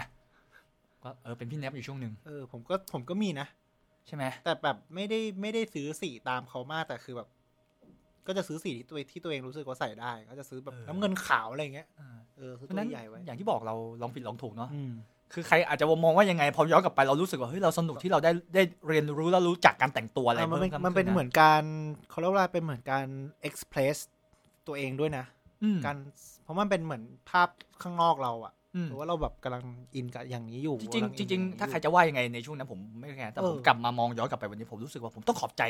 [SPEAKER 1] ก็เออเป็นพี่แนบอยู่ช่วงหนึ่ง
[SPEAKER 2] เออผมก็ผมก็มีนะ
[SPEAKER 1] ใช่ไหม
[SPEAKER 2] แต่แบบไม่ได้ไม่ได้ซื้อสีตามเขามากแต่คือแบบ ก็จะซื้อสีที่ตัวที่ตัวเองรู้สึกว่าใส่ได้ ก็จะซื้อแบบ
[SPEAKER 1] เออ
[SPEAKER 2] น้ำเงินขาวอะไรอย่างเงี้ย
[SPEAKER 1] อ่า
[SPEAKER 2] เออซื้อ
[SPEAKER 1] เพ
[SPEAKER 2] ตั
[SPEAKER 1] ราะฉะนั้
[SPEAKER 2] วน ใหญ่ไว้
[SPEAKER 1] อย่างที่บอกเราลองผิดลองถูกเนาะ
[SPEAKER 2] อืม
[SPEAKER 1] คือใครอาจจะมองว่ายังไงพอย้อนกลับไปเรารู้สึกว่าเฮ้ยเราสนุกที่เราได้ได้เรียนรู้แล้วรู้จักการแต่งตัวอะไร
[SPEAKER 2] เออมันเป็น
[SPEAKER 1] พิ่ขึ้
[SPEAKER 2] มันเป็น
[SPEAKER 1] ขึ้ะ
[SPEAKER 2] เหมือนการเขาเรียกว่าเป็นเหมือนการ express ตัวเองด้วยนะ
[SPEAKER 1] อืม
[SPEAKER 2] การเพราะมันเป็นเหมือนภาพข้างนอกเราอะ
[SPEAKER 1] อืม
[SPEAKER 2] หรือว่าเราแบบกำลังอินกับอย่างนี้อยู่
[SPEAKER 1] จริง
[SPEAKER 2] กำลัอิ
[SPEAKER 1] ๆ
[SPEAKER 2] น
[SPEAKER 1] จริง
[SPEAKER 2] อย่
[SPEAKER 1] ๆ
[SPEAKER 2] นี้
[SPEAKER 1] ถ้าใคร
[SPEAKER 2] อยู่
[SPEAKER 1] จะว่ายังไงในช่วงนั้นผมไม่แคร์แต่
[SPEAKER 2] เออ
[SPEAKER 1] ผมกลับมามองย้อนกลับไปวันนี้ผมรู้สึกว่าผมต้องขอบใจ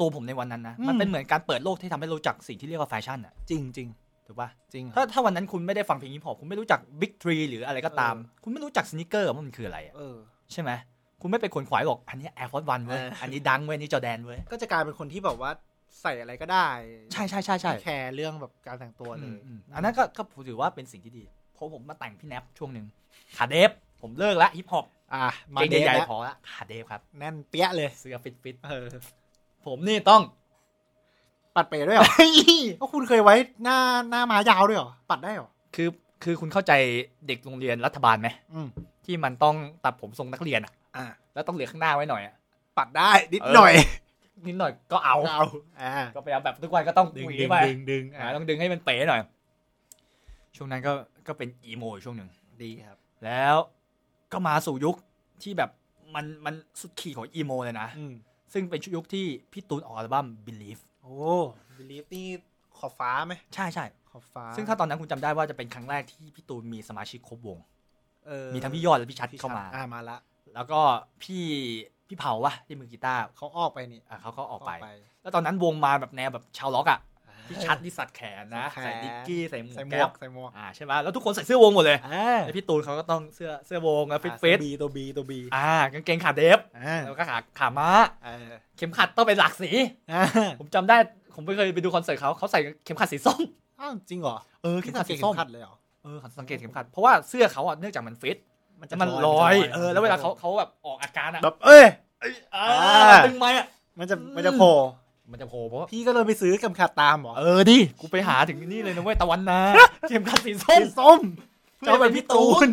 [SPEAKER 1] ตัวผมในวันนั้นนะ มัน
[SPEAKER 2] อืม
[SPEAKER 1] เป็นเหมือนการเปิดโลกที่ทำให้รู้จักสิ่งที่เรียกว่าแฟชั่นอ่ะ
[SPEAKER 2] จริงจริง
[SPEAKER 1] ถูกปะ
[SPEAKER 2] จริง
[SPEAKER 1] ถ้าถ้าวันนั้นคุณไม่ได้ฟังเพลงฮิปฮอปคุณไม่รู้จักบิ๊กทรีหรืออะไรก็ตาม คุณไม่รู้จักสนิเกอร์ว่ามันคืออะไรอะ
[SPEAKER 2] เออ
[SPEAKER 1] ใช่ไหมคุณไม่ไปขวนขวายบอกอันนี้แอร์ฟอร์ดวันเว้ย
[SPEAKER 2] เออ
[SPEAKER 1] อันนี้ดังเว้ยอันนี่จอร์แดนเว้ย
[SPEAKER 2] ก็จะกลายเป็นคนที่แบบว่าใส่อะไรก็ได้
[SPEAKER 1] ใช่ใช่ใช่ใช่
[SPEAKER 2] ไม่แคร์เรื่องแบบการแต่งตัวเล
[SPEAKER 1] อืม
[SPEAKER 2] ย
[SPEAKER 1] อืมอันนั้นก็ก็ผมถือว่าเป็นสิ่งที่ดีเพราะผมมาแต่งพี่แนปช่วงหนึ่งขาเดฟผมเลิกละฮิปฮอป
[SPEAKER 2] อ่ะมา
[SPEAKER 1] เกง
[SPEAKER 2] เดท
[SPEAKER 1] ใหญ่
[SPEAKER 2] แล้
[SPEAKER 1] ๆพอละขาเดฟครับ
[SPEAKER 2] แน่นเปี้ยเลย
[SPEAKER 1] เสื้อฟิตฟิต
[SPEAKER 2] เออ
[SPEAKER 1] ๆผมนี่ต้อง
[SPEAKER 2] ปัดเปรย์ด้วยเหรอก็คุณเคยไว้หน้าหน้ามายาวด้วยเหรอปัดได้เหรอ
[SPEAKER 1] คือคือคุณเข้าใจเด็กโรงเรียนรัฐบาลไหม
[SPEAKER 2] อืม
[SPEAKER 1] ที่มันต้องตัดผมทรงนักเรียนอะ
[SPEAKER 2] อ่ะ
[SPEAKER 1] แล้วต้องเหลือข้างหน้าไว้หน่อยอะ
[SPEAKER 2] ปัดได้นิด
[SPEAKER 1] เออ
[SPEAKER 2] หน่อย
[SPEAKER 1] นิดหน่อยก็เอา
[SPEAKER 2] เอาอ่า
[SPEAKER 1] ก็พยายามแบบทุกวันก็ต้อง
[SPEAKER 2] ดึง
[SPEAKER 1] หวี
[SPEAKER 2] ดึง
[SPEAKER 1] ไป
[SPEAKER 2] ดึงดึงอ่ะ
[SPEAKER 1] อ่าต้องดึงให้มันเป๋หน่อย ช่วงนั้นก็ก็เป็นอีโมอยู่ช่วงหนึ่ง
[SPEAKER 2] ดีครับ
[SPEAKER 1] แล้วก็มาสู่ยุคที่แบบมันมันสุดขีดของอีโมเลยนะ
[SPEAKER 2] อืม
[SPEAKER 1] ซึ่งเป็นยุคที่พี่ตูนออกอัลบั้ม Believe
[SPEAKER 2] โอ้บิลีฟนี่ขอบฟ้าไหม
[SPEAKER 1] ใช่ใช่
[SPEAKER 2] ขอบฟ้า
[SPEAKER 1] ซึ่งถ้าตอนนั้นคุณจำได้ว่าจะเป็นครั้งแรกที่พี่ตูนมีสมาชิกครบวง
[SPEAKER 2] เออ
[SPEAKER 1] มีทั้งพี่ยอดและพี่ชัดเข้ามา
[SPEAKER 2] อ่ามาละ
[SPEAKER 1] แล้วก็พี่พี่เผาวะที่มือกีตาร์
[SPEAKER 2] เขาออกไปนี่
[SPEAKER 1] อ่ะเขาก็ออกไป แล้วตอนนั้นวงมาแบบแนวแบบชาวล็อกอ่ะพี่ชัดที่สัตว์แขนนะใส่
[SPEAKER 2] ใส่แขน
[SPEAKER 1] ดิกกี้ใส่หมว
[SPEAKER 2] ใส่
[SPEAKER 1] ก
[SPEAKER 2] หม
[SPEAKER 1] แก๊
[SPEAKER 2] ว
[SPEAKER 1] ป
[SPEAKER 2] กใส่หมวก
[SPEAKER 1] อ่าใช่ไหมแล้วทุกคนใส่เสื้อวงหมดเลย
[SPEAKER 2] อ่า
[SPEAKER 1] แล้วพี่ตูนเขาก็ต้องเสื้อเสื้อวงแล้วฟิต
[SPEAKER 2] อ่ะ
[SPEAKER 1] ฟิต
[SPEAKER 2] ตัวบีตัวบีตัวบี
[SPEAKER 1] อ่ากางเกงขาเดฟ
[SPEAKER 2] อ่า
[SPEAKER 1] แล้วก็ขาขาม้า
[SPEAKER 2] เออ
[SPEAKER 1] เข็มขัดต้องเป็นหลากสี
[SPEAKER 2] อ่า
[SPEAKER 1] ผมจำได้ผมไปเคยไปดูคอนเสิร์ตเขาเขาใส่เข็มขัดสีส้ม
[SPEAKER 2] อ้าวจริงเหรอ
[SPEAKER 1] เออเข็
[SPEAKER 2] ที่
[SPEAKER 1] ม
[SPEAKER 2] สั
[SPEAKER 1] ขัด
[SPEAKER 2] งเก
[SPEAKER 1] สี
[SPEAKER 2] ต
[SPEAKER 1] ส้ม
[SPEAKER 2] เข็มขัดเลยเหรอ
[SPEAKER 1] เออสังเกตเข็มขัดเพราะว่าเสื้อเขาอ่ะเนื่องจากมันฟิตแล้วมันลอยเออแล้วเวลาเขาเขาแบบออกอาการอ่ะ
[SPEAKER 2] แบบเอ้ย
[SPEAKER 1] อ่า
[SPEAKER 2] อ่า
[SPEAKER 1] ดึงไม้อ่ะ
[SPEAKER 2] มันจะ
[SPEAKER 1] อืม
[SPEAKER 2] มันจะโผล่
[SPEAKER 1] มันจะโผล่เพราะว่า
[SPEAKER 2] พี่ก็เลยไปซื้อเข็มขัดตามเหรอ
[SPEAKER 1] เออดิ กูไปหาถึงนี่เลยนะเว้ยตะวันนา เข็มขัดสีส้ม
[SPEAKER 2] สีส้ม
[SPEAKER 1] เพื่อเป็นพี่ตูน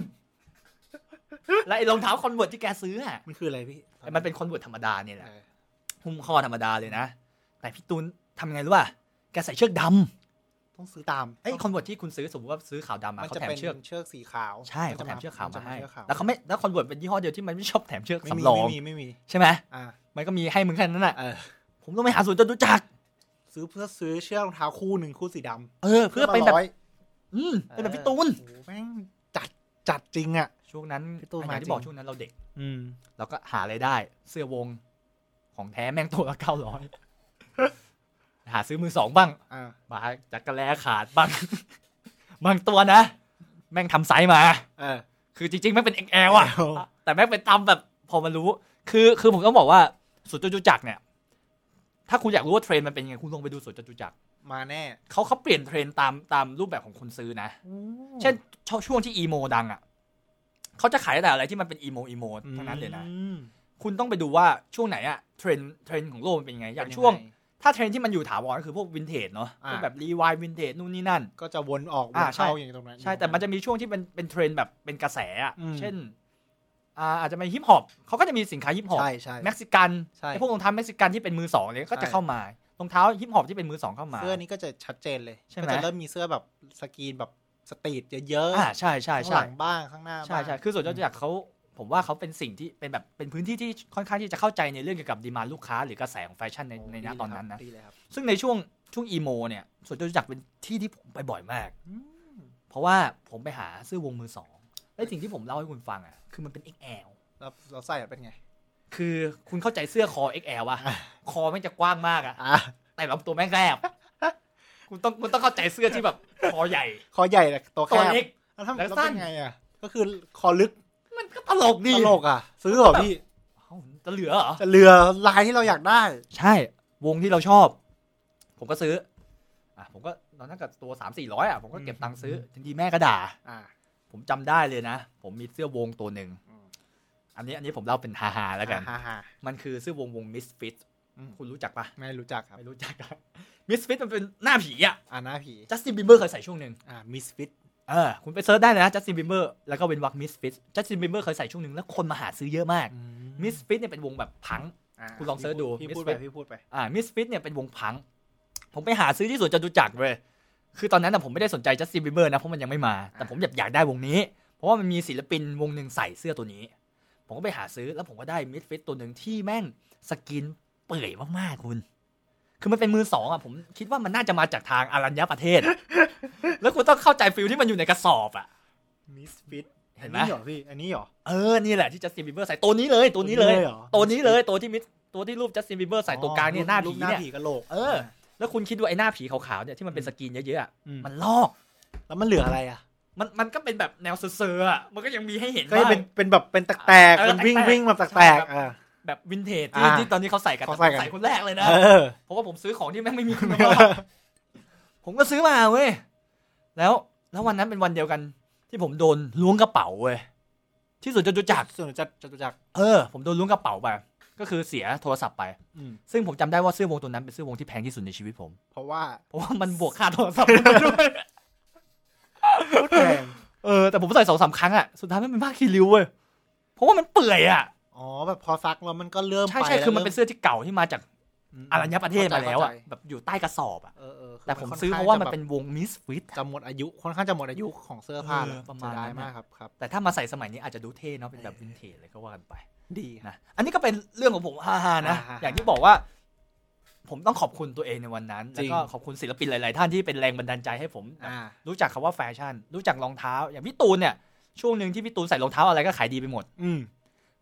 [SPEAKER 1] และไอ้รองเท้าคอนเวิร์ตที่แกซื้ออะ
[SPEAKER 2] มันคืออะไรพี่
[SPEAKER 1] ไอ้มันเป็นคอนเวิร์ตธรรมดาเนี่ยแหละ
[SPEAKER 2] เออ
[SPEAKER 1] หุ้มข้อธรรมดาเลยนะ แต่พี่ตูนทำยังไงรู้ป่ะ แกใส่เชือกด
[SPEAKER 2] ต้องซื้อตาม
[SPEAKER 1] ำไอ้คอนเวิร์ตที่คุณซื้อสมมติว่าซื้อขาวดำมา
[SPEAKER 2] มัน
[SPEAKER 1] เขา
[SPEAKER 2] จะ
[SPEAKER 1] แถม
[SPEAKER 2] เป็น
[SPEAKER 1] เชือก
[SPEAKER 2] เชือกสีขาว
[SPEAKER 1] ใช่
[SPEAKER 2] น
[SPEAKER 1] เขา
[SPEAKER 2] จะ
[SPEAKER 1] แถมเชือกขาวมาให้
[SPEAKER 2] นจะเชือกขาว
[SPEAKER 1] แล้วเขาไม่แล้วคอนเวิร์ตเป็นยี่ห้อเดียวที่มันไม่ชอบแถมเชือก
[SPEAKER 2] ไม่มี
[SPEAKER 1] สำรอง
[SPEAKER 2] ไม่มีไม่มี
[SPEAKER 1] ใช่ไหม
[SPEAKER 2] อ่า
[SPEAKER 1] มันก็มีให้มึงแค่นั้นแหละ
[SPEAKER 2] เออ
[SPEAKER 1] ผมต้องไปหาศูนย์จตุจักร
[SPEAKER 2] ซื้อเพื่อซื้อเชือกรองเท้าคู่หนึ่งคู่สีดำ
[SPEAKER 1] เออเพื่อเป็นแบบ
[SPEAKER 2] ร้ย
[SPEAKER 1] อืมเป็นแบบพี่ตูน
[SPEAKER 2] โอ้โหแม่งจัดจัดจริงอ่ะ
[SPEAKER 1] ช่วงนั้น
[SPEAKER 2] พี่ตูน
[SPEAKER 1] อ
[SPEAKER 2] มา
[SPEAKER 1] ย่าง
[SPEAKER 2] จริ
[SPEAKER 1] ที่
[SPEAKER 2] ง
[SPEAKER 1] บอกช่วงนั้นเราเด็ก
[SPEAKER 2] อืม
[SPEAKER 1] เราก็หาอะไรายได้เสื้อวงของแท้แม่งตัวละเก้าร้อย หาซื้อมือสองบ้าง
[SPEAKER 2] อ่า
[SPEAKER 1] บาจักรแลขาดบ้าง บางตัวนะ แม่งทำไซส์มา
[SPEAKER 2] เออ
[SPEAKER 1] คือจริงๆแม่งเป็น XL อ่ะ
[SPEAKER 2] เอา
[SPEAKER 1] แต่แม่งเป็นตามแบบพอมารู้ คือคือผมต้องบอกว่าสุดจตุจักรเนี่ย ถ้าคุณอยากรู้ว่าเทรนด์มันเป็นยังไงคุณลองไปดูสุดจตุจักร
[SPEAKER 2] มาแน่
[SPEAKER 1] เขาเขาเปลี่ยนเทรนด์ตามตามรูปแบบของคนซื้อนะ เช่นช่วงช่วงที่อีโมดังอ่ะเขาจะขายแต่อะไรที่มันเป็นอีโมอีโมทั้งนั้นเลยนะ
[SPEAKER 2] อืม
[SPEAKER 1] คุณต้องไปดูว่าช่วงไหนอะเทรนด์เทรนด์ของโลกมันเป็นยังไง อย่างช่วง ถ้าเทรนด์ที่มันอยู่ถาวรก็คือพวกวินเทจเนาะ
[SPEAKER 2] อ่า
[SPEAKER 1] พวกแบบรีวายวินเทจนู่นนี่นั่น
[SPEAKER 2] ก็จะวนออกว
[SPEAKER 1] อ่าน
[SPEAKER 2] เข้า
[SPEAKER 1] ใช่
[SPEAKER 2] อย่างตรงนั้น
[SPEAKER 1] ใช่แต่มันจะมีช่วงที่เป็นเป็นเทรนด์แบบเป็นกระแสอะ
[SPEAKER 2] อืม
[SPEAKER 1] เช่นอ่าอาจจะเป็นฮิปฮอปเขาก็จะมีสินค้าฮิปฮอป
[SPEAKER 2] ใช่ใช่
[SPEAKER 1] เม็กซิกัน
[SPEAKER 2] ใช่
[SPEAKER 1] ไอพวกรองเท้าเม็กซิกันที่เป็นมือสองเนี่ยก็จะ
[SPEAKER 2] ใช่
[SPEAKER 1] เข้ามารองเท้าฮิปฮอปที่เป็นมือสองเข้ามา
[SPEAKER 2] เสื้อนี้ก็จะชัดเจนเลย
[SPEAKER 1] ใช่ไหม
[SPEAKER 2] ก็จะเริ่มมีเสื้อแบบสกรีนแบบสตรีทเยอะ
[SPEAKER 1] อ่าใช่ใช่
[SPEAKER 2] ๆข้างห
[SPEAKER 1] ใช่
[SPEAKER 2] ลังบ้างข้างหน้า
[SPEAKER 1] ใช่ใช่คือส่วนยอดจากเขาผมว่าเขาเป็นสิ่งที่เป็นแบบเป็นพื้นที่ที่ค่อนข้างที่จะเข้าใจในเรื่องเกี่ยวกับดีมาลูกค้าหรือกระแสของแฟชั่นในในณตอนนั้นนะ
[SPEAKER 2] ดีเลยครับ
[SPEAKER 1] ซึ่งในช่วงช่วงอีโมเนี่ยสวนจตุจักรเป็นที่ที่ผมไปบ่อยมาก เพราะว่าผมไปหาเสื้อวงมือสอง และสิ่งที่ผมเล่าให้คุณฟังอ่ะ คือมันเป็น XL
[SPEAKER 2] แล้วเราใส่เป็นไง
[SPEAKER 1] คือคุณเข้าใจเสื้อคอ XL ว่ะ คอแม่งจะกว้างมากอ่ะ
[SPEAKER 2] อ่ะ
[SPEAKER 1] แต่ลำตัวแม่งแคบ คุณต้องคุณต้องเข้าใจเสื้อที่แบบคอใหญ่
[SPEAKER 2] คอใหญ่แต่ตัวแค
[SPEAKER 1] ตัว
[SPEAKER 2] บ
[SPEAKER 1] เล็ก
[SPEAKER 2] แล้วทำ
[SPEAKER 1] แล้
[SPEAKER 2] แล้ว ว
[SPEAKER 1] สั้
[SPEAKER 2] เป็น นไงอ่ะก็คือคอลึก
[SPEAKER 1] มันก็ตลกดี
[SPEAKER 2] ตลกอ่ะ ซื้อเหรอพี่
[SPEAKER 1] เอ้าจะเหลือเหรอ
[SPEAKER 2] จะเรือลายที่เราอยากได้
[SPEAKER 1] ใช่ วงที่เราชอบ ผมก็ซื้อ อ่ะผมก็ตอนนั้นกับตัวสามสี่ร้อยอ่ะผมก็เก็บตังค์ซื้อทันทีแม่ก็ด่า
[SPEAKER 2] อ่ะ
[SPEAKER 1] ผมจำได้เลยนะ ผมมีเสื้อวงตัวหนึ่ง
[SPEAKER 2] อืม
[SPEAKER 1] อันนี้อันนี้ผมเล่าเป็นฮาฮาๆแล้วกัน
[SPEAKER 2] อ่ะฮ่า
[SPEAKER 1] มันคือเสื้อวงวงมิสฟิต
[SPEAKER 2] อืม
[SPEAKER 1] คุณรู้จักปะ
[SPEAKER 2] ๆไม่รู้จักครับ
[SPEAKER 1] ไม่รู้จักอะมิสฟิตมันเป็นหน้าผีอะ
[SPEAKER 2] อ่าหน้าผี
[SPEAKER 1] จัสตินบิมเบอร์เคยใส่ช่วงหนึ่ง
[SPEAKER 2] อ่ามิสฟิต
[SPEAKER 1] เออคุณไปเซิร์ชได้เลยนะจัสตินบิมเบอร์แล้วก็เป็นวักมิสฟิตจัสตินบิมเบอร์เคยใส่ช่วงหนึ่งแล้วคนมาหาซื้อเยอะมากมิสฟิตเนี่ยเป็นวงแบบพัง
[SPEAKER 2] อ่ะ
[SPEAKER 1] คุณลองเสิร์ชดู
[SPEAKER 2] พี่
[SPEAKER 1] Misfit
[SPEAKER 2] พูดไปพี่พูดไป
[SPEAKER 1] อ่ามิสฟิตเนี่ยเป็นวงพัง ผมไปหาซื้อที่สวนจตุจักรเว้ยคือตอนนั้นนะผมไม่ได้สนใจจัสตินบีเบอร์นะ เพราะมันยังไม่มา แต่ผมอยากอยากได้วงนี้ เพราะว่ามันมีศิลปินวงหนึ่งใส่เสื้อตัวนี้ ผมก็ไปหาซื้อแล้วผมก็ได้มิดฟิตตัวหนึ่งที่แม่งสกินเปื่อยมากๆคุณ คือมันเป็นมือสองอ่ะผมคิดว่ามันน่าจะมาจากทางอารัญญประเทศอะแล้วคุณต้องเข้าใจฟิลที่มันอยู่ในกระสอบอ่ะ
[SPEAKER 2] มิสฟิต
[SPEAKER 1] เห็
[SPEAKER 2] อั
[SPEAKER 1] น
[SPEAKER 2] น
[SPEAKER 1] ไหม
[SPEAKER 2] นี้เหรอพี่ อันนี้เหรอ
[SPEAKER 1] เออ นี่แหละที่จัสตินบีเบอร์ใส่ตัวนี้เลยตัวนี้เลย
[SPEAKER 2] เหรอ
[SPEAKER 1] ตัวนี้เลยตัวที่มิดตัวที่รูปจัสตินบีเบอร์ใส่ตัวกลางเนี่ยหน้า
[SPEAKER 2] รู
[SPEAKER 1] ผี
[SPEAKER 2] ป
[SPEAKER 1] เนี่ย
[SPEAKER 2] กะโหลก
[SPEAKER 1] เออ แล้วคุณคิดดูไอ้หน้าผีขาวๆเนี่ยที่มันเป็นสกินเยอะๆอะ
[SPEAKER 2] อืม
[SPEAKER 1] มันลอก
[SPEAKER 2] แล้วมันเหลืออะไรอ่ะ
[SPEAKER 1] มันมันก็เป็นแบบแนวเซอร์ๆอะมันก็ยังมีให้เห็น
[SPEAKER 2] ก็จะ
[SPEAKER 1] บ้าง
[SPEAKER 2] เป็นเป็นแบบเป็นแตก
[SPEAKER 1] เออ
[SPEAKER 2] ๆเป็นวิ่ง
[SPEAKER 1] แตกๆ
[SPEAKER 2] วิ่งแบบ
[SPEAKER 1] ใช่
[SPEAKER 2] แตก
[SPEAKER 1] ครับ
[SPEAKER 2] ๆอ่า
[SPEAKER 1] แบบวินเทจที่
[SPEAKER 2] อ่า
[SPEAKER 1] ที่ตอนนี้เขาใส่กัน
[SPEAKER 2] เขา
[SPEAKER 1] แต่
[SPEAKER 2] ใส่กัน
[SPEAKER 1] ใส่คนแรกเลยนะ
[SPEAKER 2] เออ
[SPEAKER 1] เพราะว่าผมซื้อของที่แม่งไม่มีคุณภา พ ผมก็ซื้อมาเว้ย แล้วแล้ววันนั้นเป็นวันเดียวกัน ที่ผมโดนล้วงกระเป๋าเว้ย ที่สุดจตุจักร
[SPEAKER 2] ส่วนจัดจตุจักร
[SPEAKER 1] เออ ผมโดนล้วงกระเป๋าไป ก็คือเสียโทรศัพท์ไป
[SPEAKER 2] อืม
[SPEAKER 1] ซึ่งผมจำได้ว่าเสื้อวงตัวนั้นเป็นเสื้อวงที่แพงที่สุดในชีวิตผม
[SPEAKER 2] เพราะว่า
[SPEAKER 1] เพราะว่ามันบวกค่าโทรศัพท์ผมไปด้วย
[SPEAKER 2] พูดแพง
[SPEAKER 1] เออแต่ผมใส่สองสามครั้งอ่ะสุดท้ายมันเป็นผ้าคีริ้วเว้ยเพราะว่ามันเปื่อยอ่ะ
[SPEAKER 2] อ๋อแบบพอซักแล้วมันก็เริ่ม
[SPEAKER 1] ใช่
[SPEAKER 2] ไป
[SPEAKER 1] ใช่
[SPEAKER 2] แล้ว
[SPEAKER 1] คือมันเป็นเสื้อที่เก่าที่มาจาก
[SPEAKER 2] ม
[SPEAKER 1] อารัญญประเทศมาแล้วอ่ะ
[SPEAKER 2] เข้ใจ
[SPEAKER 1] แบบอยู่ใต้กระสอบอ่ะ
[SPEAKER 2] เออเออคื
[SPEAKER 1] แต่ผม
[SPEAKER 2] ค่น
[SPEAKER 1] ซื้อ
[SPEAKER 2] ข้
[SPEAKER 1] เพ
[SPEAKER 2] ง
[SPEAKER 1] ราะว่ามัน
[SPEAKER 2] จ
[SPEAKER 1] เป็นวงมิสฟิต
[SPEAKER 2] แบบจะหมดอายุค่อนข้างจะหมดอายุของเสื้อผ้า
[SPEAKER 1] เออ
[SPEAKER 2] แล้ว
[SPEAKER 1] ประมาณ
[SPEAKER 2] เสียดย
[SPEAKER 1] นั้น
[SPEAKER 2] มากครับครับ
[SPEAKER 1] แต่ถ้ามาใส่สมัยนี้อาจจะดูเท่เนาะเป็นแบบวินเทจเลยก็ว่ากันไป
[SPEAKER 2] ดีนะ
[SPEAKER 1] นะอันนี้ก็เป็นเรื่องของผมฮ่าๆนะ
[SPEAKER 2] อ่าๆ
[SPEAKER 1] อย่างที่บอกว่า ผมต้องขอบคุณตัวเองในวันนั้น
[SPEAKER 2] จ
[SPEAKER 1] แล้ว
[SPEAKER 2] ริง
[SPEAKER 1] ก็ขอบคุณศิลปินหลาย ๆ ท่านที่เป็นแรงบันดาลใจให้ผม
[SPEAKER 2] อ่า
[SPEAKER 1] รู้จักคำว่าแฟชั่น รู้จักรองเท้า อย่างพี่ตูนเนี่ยช่วงหนึ่งที่พี่ตูนใส่รองเท้าอะไรก็ขายดีไปหมด
[SPEAKER 2] อืม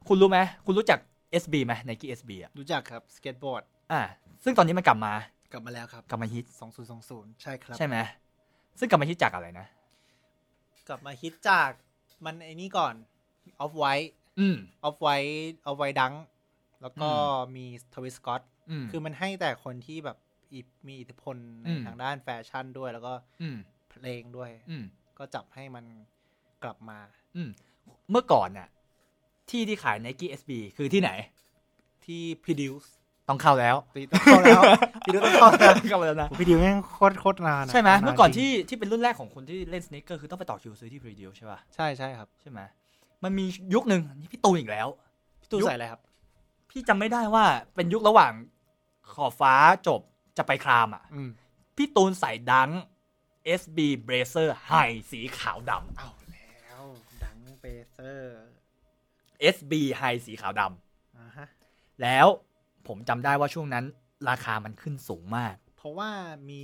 [SPEAKER 1] คุณรู้ไหมคุณรู้จัก SB ไหมไนกี้ SB อ่ะ
[SPEAKER 2] รู้จักครับสเก็ตบอร์ด
[SPEAKER 1] อ่าซึ่งตอนนี้มันกลับมาก
[SPEAKER 2] ลับมาแล้วครับ
[SPEAKER 1] กลับมาฮิต
[SPEAKER 2] 2020 ใช่ครับ
[SPEAKER 1] ใช่ไหมซึ่งกลับมาฮิตจากอะไรนะ
[SPEAKER 2] กลับมาฮิตจากมันไอ้นี่ก่อนออฟไว
[SPEAKER 1] อืม
[SPEAKER 2] ออฟไวท์ออฟไวท์ดัง แล้วก็
[SPEAKER 1] อื
[SPEAKER 2] มีทวิสกอต
[SPEAKER 1] อืม
[SPEAKER 2] คือมันให้แต่คนที่แบบอิมีอิทธิพลใน
[SPEAKER 1] อืม
[SPEAKER 2] ทางด้านแฟชั่นด้วย แล้วก็
[SPEAKER 1] อืม
[SPEAKER 2] เพลงด้วย
[SPEAKER 1] อืม
[SPEAKER 2] ก็จับให้มันกลับมา
[SPEAKER 1] เมื่อก่อนน่ะ ที่ที่ขาย Nike SB คือที่ไหน
[SPEAKER 2] ที่พีดิวส์
[SPEAKER 1] ต้องเข้าแล้ว
[SPEAKER 2] ตีต้องเข้าแล้ว พีดิวต้องเข้าแล้ว
[SPEAKER 1] เข้าแล้วนะ
[SPEAKER 2] พีดิวแม่งโคตรโคตรนาน
[SPEAKER 1] ใช่ไหม
[SPEAKER 2] อะาจริง
[SPEAKER 1] เมื่อก่อนที่ที่เป็นรุ่นแรกของคนที่เล่นสเนคเกอร์คือต้องไปต่อคิวซื้อที่พรีดิวใช่ป่ะ
[SPEAKER 2] ใช่ใช่ครับ
[SPEAKER 1] ใช่ไหมมันมียุคหนึ่งนี่พี่ตูนอีกแล้ว
[SPEAKER 2] พี่ตูน
[SPEAKER 1] ยุค
[SPEAKER 2] ใส่อะไรครับ
[SPEAKER 1] พี่จำไม่ได้ว่าเป็นยุคระหว่างขอบฟ้าจบจะไปครามอ่ะ
[SPEAKER 2] อืม
[SPEAKER 1] พี่ตูนใส่ดัง SB Blazer High สีขาวดำ
[SPEAKER 2] เอาแล้วดังเปเซอร์
[SPEAKER 1] SB High สีขาวด
[SPEAKER 2] อ่าฮะ
[SPEAKER 1] ำแล้วผมจำได้ว่าช่วงนั้นราคามันขึ้นสูงมาก
[SPEAKER 2] เพราะว่ามี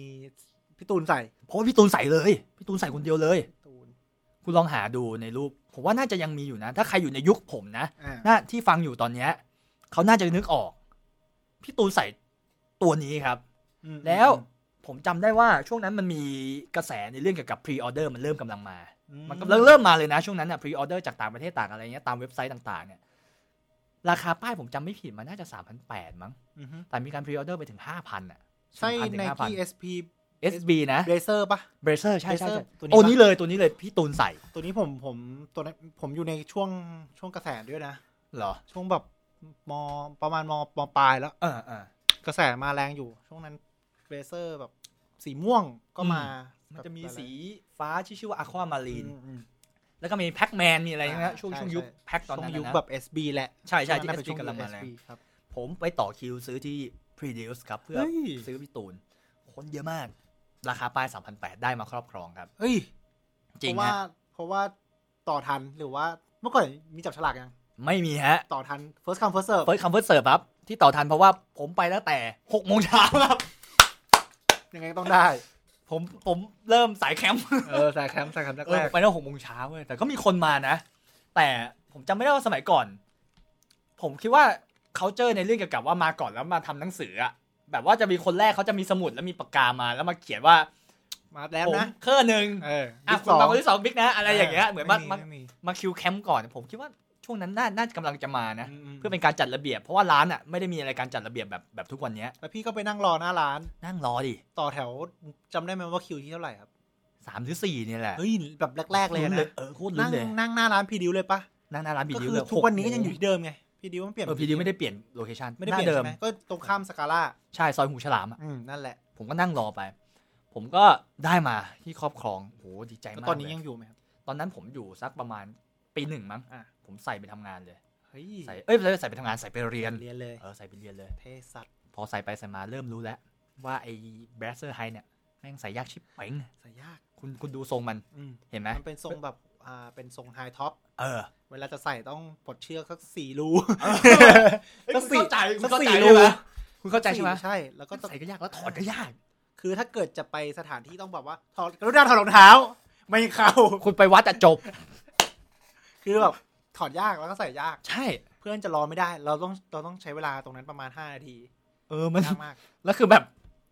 [SPEAKER 2] พี่ตูนใส่
[SPEAKER 1] เพราะว่าพี่ตูนใส่เลย พี่ตูนใส่คนเดียวเลย
[SPEAKER 2] พี่ตูน
[SPEAKER 1] คุณลองหาดูในรูป ผมว่าน่าจะยังมีอยู่นะ ถ้าใครอยู่ในยุคผมนะ
[SPEAKER 2] อ่า
[SPEAKER 1] น่าที่ฟังอยู่ตอนเนี้ยเขาน่าจะนึกออก พี่ตูนใส่ตัวนี้ครับ
[SPEAKER 2] อืม
[SPEAKER 1] แล้วผมจำได้ว่าช่วงนั้นมันมีกระแสในเรื่องเกี่ยวกับพรีออเดอร์มันเริ่มกำลังมา
[SPEAKER 2] อื
[SPEAKER 1] มันกำลังเริ่มมาเลยนะช่วงนั้นอะพรีออเดอร์จากต่างประเทศต่างอะไรเงี้ยตามเว็บไซต์ต่างๆเนี่ยราคาป้ายผมจำไม่ผิดมันน่าจะ3,800มั้ง
[SPEAKER 2] อือฮึ
[SPEAKER 1] แต่มีการพรีออเดอร์ไปถึง 5,000 อ่ะ
[SPEAKER 2] ใช่
[SPEAKER 1] 4,000ถึ
[SPEAKER 2] ใน
[SPEAKER 1] ง
[SPEAKER 2] ที่
[SPEAKER 1] 5,000
[SPEAKER 2] SP
[SPEAKER 1] SB นะ
[SPEAKER 2] Blazer ปะ
[SPEAKER 1] Bracer ใช่ใช่ใช่
[SPEAKER 2] Blazer ตัวนี้
[SPEAKER 1] ตัว
[SPEAKER 2] ปะ
[SPEAKER 1] นี้เลยตัวนี้เลยพี่ตูนใส่
[SPEAKER 2] ตัวนี้ผมผมตัวนั้นผมอยู่ในช่วงช่วงกระแสด้วยนะ
[SPEAKER 1] เหรอ
[SPEAKER 2] ช่วงแบบมประมาณมมปลายแล้ว
[SPEAKER 1] เออเออ
[SPEAKER 2] กระแสมาแรงอยู่ ช่วงนั้นเบเซอร์แบบสีม่วงก็
[SPEAKER 1] ม
[SPEAKER 2] มา
[SPEAKER 1] ั
[SPEAKER 2] มัน
[SPEAKER 1] จะมีสีฟ้าที่ชื่อว่าอะความารีน
[SPEAKER 2] อืมอืม
[SPEAKER 1] แล้วก็มีแพ็กแมนมีอะไรนะ
[SPEAKER 2] อ่า
[SPEAKER 1] ช่วง
[SPEAKER 2] ใช่
[SPEAKER 1] ช่วงยุค
[SPEAKER 2] ใช่
[SPEAKER 1] แพ็กตอน
[SPEAKER 2] ช่ว
[SPEAKER 1] นั้
[SPEAKER 2] ง
[SPEAKER 1] น
[SPEAKER 2] ยุค
[SPEAKER 1] นะ
[SPEAKER 2] แบบ SB แหละ
[SPEAKER 1] ใช่ใช่ที่
[SPEAKER 2] วงนั้นเป็น
[SPEAKER 1] SB
[SPEAKER 2] ช่วง
[SPEAKER 1] กำลังมา
[SPEAKER 2] SB ครับ
[SPEAKER 1] ผมไปต่อคิวซื้อที่ p r e d u c e ครับ เพื่อ
[SPEAKER 2] เฮ้ย
[SPEAKER 1] ซื้อพี่ตูน คนเยอะมาก ราคาป้าย 3,800 ได้มาครอบครองครับ
[SPEAKER 2] เฮ้ย
[SPEAKER 1] จริง
[SPEAKER 2] เพราะว่า
[SPEAKER 1] ฮะ
[SPEAKER 2] เพราะว่าต่อทันหรือว่าเมื่อก่อนมีจับฉลากยัง
[SPEAKER 1] ไม่มีฮะ
[SPEAKER 2] ต่อทัน first come first serve
[SPEAKER 1] เฟิร์สคัมเฟิร์สเสิร์ฟครับ ที่ต่อทันเพราะว่าผมไปตั้งแต่6โมงเช้าครับ
[SPEAKER 2] ยังไงก็ต้องได้
[SPEAKER 1] ผมผมเริ่มสายแคมป์
[SPEAKER 2] เออสายแคมป์สายแคมป์
[SPEAKER 1] เออก
[SPEAKER 2] แร
[SPEAKER 1] ผมไปตั้งหกโมงเช้าเว้ยแต่ก็มีคนมานะ แต่ผมจำไม่ได้ว่าสมัยก่อน ผมคิดว่าเคาเจอในเรื่องเกี่ยวกับว่ามาก่อนแล้วมาทำหนังสืออะแบบว่าจะมีคนแรกเขาจะมีสมุดแล้วมีปากกามาแล้วมาเขียนว่า
[SPEAKER 2] ๆมาแล้ว
[SPEAKER 1] ผม
[SPEAKER 2] นะ
[SPEAKER 1] เคอร์หนึ่ง
[SPEAKER 2] เออ
[SPEAKER 1] อ่ะ
[SPEAKER 2] บิ๊ก
[SPEAKER 1] คุณมาคนที่สองบิ๊กนะ อะไรอย่างเงี้ยเหมือนมามา
[SPEAKER 2] ไมี
[SPEAKER 1] มาคิวแคมป์ก่อน ผมคิดว่าช่วงนั้นน่าน่าจะกำลังจะมานะ
[SPEAKER 2] มม
[SPEAKER 1] เพื่อเป็นการจัดระเบียบ เพราะว่าร้านอะไม่ได้มีอะไรการจัดระเบียบแบบแบบทุกวันเนี้ย
[SPEAKER 2] แล้วพี่ก็ไปนั่งรอหน้าร้าน
[SPEAKER 1] นั่งรอดิ
[SPEAKER 2] ต่อแถวจำได้ไหมว่าคิวที่เท่าไหร่ครับ
[SPEAKER 1] สามหรือสี่เนี่ยแหละ
[SPEAKER 2] เฮ้ย แบบแรก ๆ เลยนะ
[SPEAKER 1] เออโคตรลุ้
[SPEAKER 2] นั่
[SPEAKER 1] น
[SPEAKER 2] ง
[SPEAKER 1] เลย
[SPEAKER 2] นั่งหน้าร้านพี่ดิวเลยปะ
[SPEAKER 1] นั่งหน้าร้านบี
[SPEAKER 2] ก็
[SPEAKER 1] ดิว
[SPEAKER 2] คื
[SPEAKER 1] เล
[SPEAKER 2] อย ทุกวันนี้ก็ยังอยู่ที่เดิมไงพี่ดิวมันเปลี่ยน
[SPEAKER 1] เออบีดิวไม่ได้เปลี่ยนโลเคชั่น
[SPEAKER 2] ไม่ได้
[SPEAKER 1] ห
[SPEAKER 2] เป
[SPEAKER 1] น้า
[SPEAKER 2] ลี่ยน
[SPEAKER 1] เดิม
[SPEAKER 2] ใช่ไหมก็ตรงข้ามสกาล่า
[SPEAKER 1] ใช่ ซอยหูฉลามอะ
[SPEAKER 2] อืมนั่นแหละ
[SPEAKER 1] ผมก็นั่งรอไป ผมก็ได้มาที่ครอบครองโหดีใจ
[SPEAKER 2] แล้ว
[SPEAKER 1] มาก
[SPEAKER 2] ตอนนี้
[SPEAKER 1] เล
[SPEAKER 2] ยังอยู่ไหมครับ
[SPEAKER 1] ตอนนั้นผมอยู่สักประมาณปีหนึ่งมั้ง
[SPEAKER 2] อ่ะ
[SPEAKER 1] ผมใส่ไปทำงานเลย
[SPEAKER 2] เฮ้ย
[SPEAKER 1] ใส่เอ้ยไม่ใช่ใส่ไปทำงานใส่ไปเรียน
[SPEAKER 2] เรียนเลย
[SPEAKER 1] เออใส่ไปเรียนเลย
[SPEAKER 2] เทสัตว์
[SPEAKER 1] พอใส่ไปใส่มาเริ่มรู้แล้ว ว่าไอ้แบสเซอร์ไฮเนี่ยแม่งใส่ยากชิบเป๋ง
[SPEAKER 2] ใส่ยาก
[SPEAKER 1] คุณคุณดูทรงมัน
[SPEAKER 2] อืม
[SPEAKER 1] เห็นไหม
[SPEAKER 2] มันเป็นทรงแบบอ่าเป็นทรงไฮท็อป
[SPEAKER 1] เออ
[SPEAKER 2] เวลาจะใส่ต้องปลดเชือกสักสี่รู
[SPEAKER 1] เอ้ย
[SPEAKER 2] สัก
[SPEAKER 1] คุณ
[SPEAKER 2] สี่
[SPEAKER 1] เข้าใจคุณ
[SPEAKER 2] สัก
[SPEAKER 1] เข้าใจ
[SPEAKER 2] สี่
[SPEAKER 1] ใช่
[SPEAKER 2] รู
[SPEAKER 1] ไหม คุณเข้าใจใช่ไหม
[SPEAKER 2] ใช่แล้วก็ต้อง
[SPEAKER 1] ใส่ก็ยากแล้วถอดก็ยาก
[SPEAKER 2] คือถ้าเกิดจะไปสถานที่ต้องแบบว่าถอดกรุณาถอดรองเท้า ไม่เข้า
[SPEAKER 1] คุณไปวัดจะจบ
[SPEAKER 2] คือแบบ ถอดยากแล้วก็ใส่ยาก
[SPEAKER 1] ใช่
[SPEAKER 2] เพื่อนจะรอไม่ได้ เราต้องเราต้องใช้เวลาตรงนั้นประมาณห้านาที
[SPEAKER 1] เออมัน
[SPEAKER 2] ยากมาก
[SPEAKER 1] แล้วคือแบบ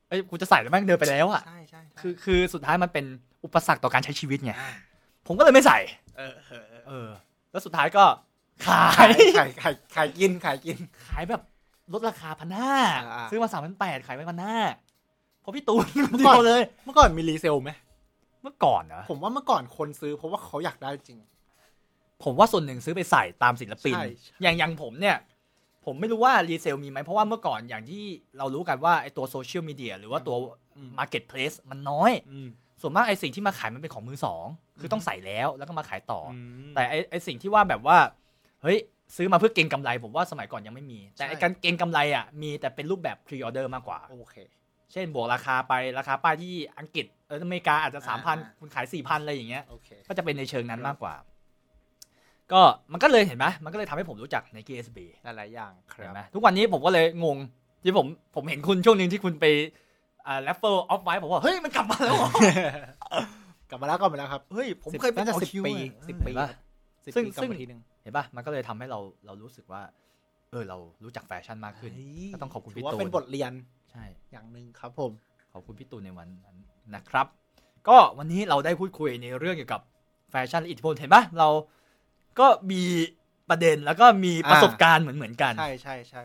[SPEAKER 1] ไอ้ยกูจะใส่แล้วแม่งเดินไปแล้วอ่ะ
[SPEAKER 2] ใช่ใช่ใช่
[SPEAKER 1] คือคือสุดท้ายมันเป็นอุปสรรคต่อการใช้ชีวิตไงผมก็เลยไม่ใส่
[SPEAKER 2] เออเออเออ
[SPEAKER 1] เออ แล้วสุดท้ายก็ขาย
[SPEAKER 2] ขายขายขายขายกินขายกิน
[SPEAKER 1] ขายแบบลดราคาพันห้า
[SPEAKER 2] อ่าๆ
[SPEAKER 1] ซื้อมาสามพันแปดขายไปพันห้าเพราะพี่ ตูนคนเดียวเลย
[SPEAKER 2] เมื่อก่อนมีรีเซลไหม
[SPEAKER 1] เมื่อก่อนนะ
[SPEAKER 2] ผมว่าเมื่อก่อนคนซื้อเพราะว่าเขาอยากได้จริง
[SPEAKER 1] ผมว่าส่วนหนึ่งซื้อไปใส่ตามศิลปิน
[SPEAKER 2] ใช่
[SPEAKER 1] อย่างอย่างผมเนี่ย ผมไม่รู้ว่ารีเซลมีไหมเพราะว่าเมื่อก่อนอย่างที่เรารู้กันว่าไอตัวโซเชียลมีเดียหรือว่าตัว
[SPEAKER 2] อืม
[SPEAKER 1] Marketplace มันน้อย
[SPEAKER 2] อืม
[SPEAKER 1] ส่วนมากไอสิ่งที่มาขายมันเป็นของมือสองคือต้องใส่แล้วแล้วก็มาขายต่ออ
[SPEAKER 2] ม
[SPEAKER 1] แต่ไอ้ไอ้สิ่งที่ว่าแบบว่าเฮ้ยซื้อมาเพื่อเก็งกำไร ผมว่าสมัยก่อนยังไม่มี แต่ไอ้
[SPEAKER 2] ใช่
[SPEAKER 1] การเก็งกำไรอ่ะมีแต่เป็นรูปแบบพรีออเดอร์มากกว่า
[SPEAKER 2] โอเค
[SPEAKER 1] เช่นบวกราคาไปราคาป้ายที่อังกฤษเอออเมริกาอาจจะ
[SPEAKER 2] อ่าอ่า
[SPEAKER 1] 3,000 คุณขาย 4,000 อะไรอย่างเงี้ย
[SPEAKER 2] โอเค
[SPEAKER 1] ก็จะเป็นในเชิงนั้น
[SPEAKER 2] ครับ
[SPEAKER 1] มากกว่า ก็มันก็เลยเห็นไหมมันก็เลยทำให้ผมรู้จักใน KSB
[SPEAKER 2] หลายๆอย่างครั
[SPEAKER 1] เห็น
[SPEAKER 2] บ
[SPEAKER 1] ไหมทุกวันนี้ผมก็เลยงงที่ผมผมเห็นคุณช่วงหนึ่งที่คุณไปอ่าแรปเปอร์ออฟไว้ผมว่าเฮ้ยมันกลับมาแล้วเหรอก
[SPEAKER 2] ลับมา แล้วกลับมาแล้วครับ
[SPEAKER 1] เฮ้ยผมเคยไป
[SPEAKER 2] น่าจะ
[SPEAKER 1] ต่อ
[SPEAKER 2] สิบ
[SPEAKER 1] คิว
[SPEAKER 2] ปี
[SPEAKER 1] อะ
[SPEAKER 2] สิบปี
[SPEAKER 1] เห็นปะ
[SPEAKER 2] สิบ
[SPEAKER 1] ซึ่ง
[SPEAKER 2] ปีกลับ
[SPEAKER 1] ซึ่ง
[SPEAKER 2] มาทีหนึ่ง
[SPEAKER 1] เห็นปะมันก็เลยทำให้เราเรารู้สึกว่า เออเรารู้จักแฟชั่นมากขึ้น ก็ต้องขอบคุณ
[SPEAKER 2] ถื
[SPEAKER 1] พี่
[SPEAKER 2] ว่า
[SPEAKER 1] ตู
[SPEAKER 2] เป็น
[SPEAKER 1] น
[SPEAKER 2] บทเรียน
[SPEAKER 1] ใช่
[SPEAKER 2] อย่างหนึ่งครับผม
[SPEAKER 1] ขอบคุณพี่ตูนในวันนั้นนะครับ ก็วันนี้เราได้พูดคุยในเรื่องเกี่ยวกับแฟชั่นและอิทธิพลเห็นปะเราก็มีประเด็นแล้วก็มีประสบการณ์เหมือนเหมือนๆกัน
[SPEAKER 2] ใช่ใช่ใช่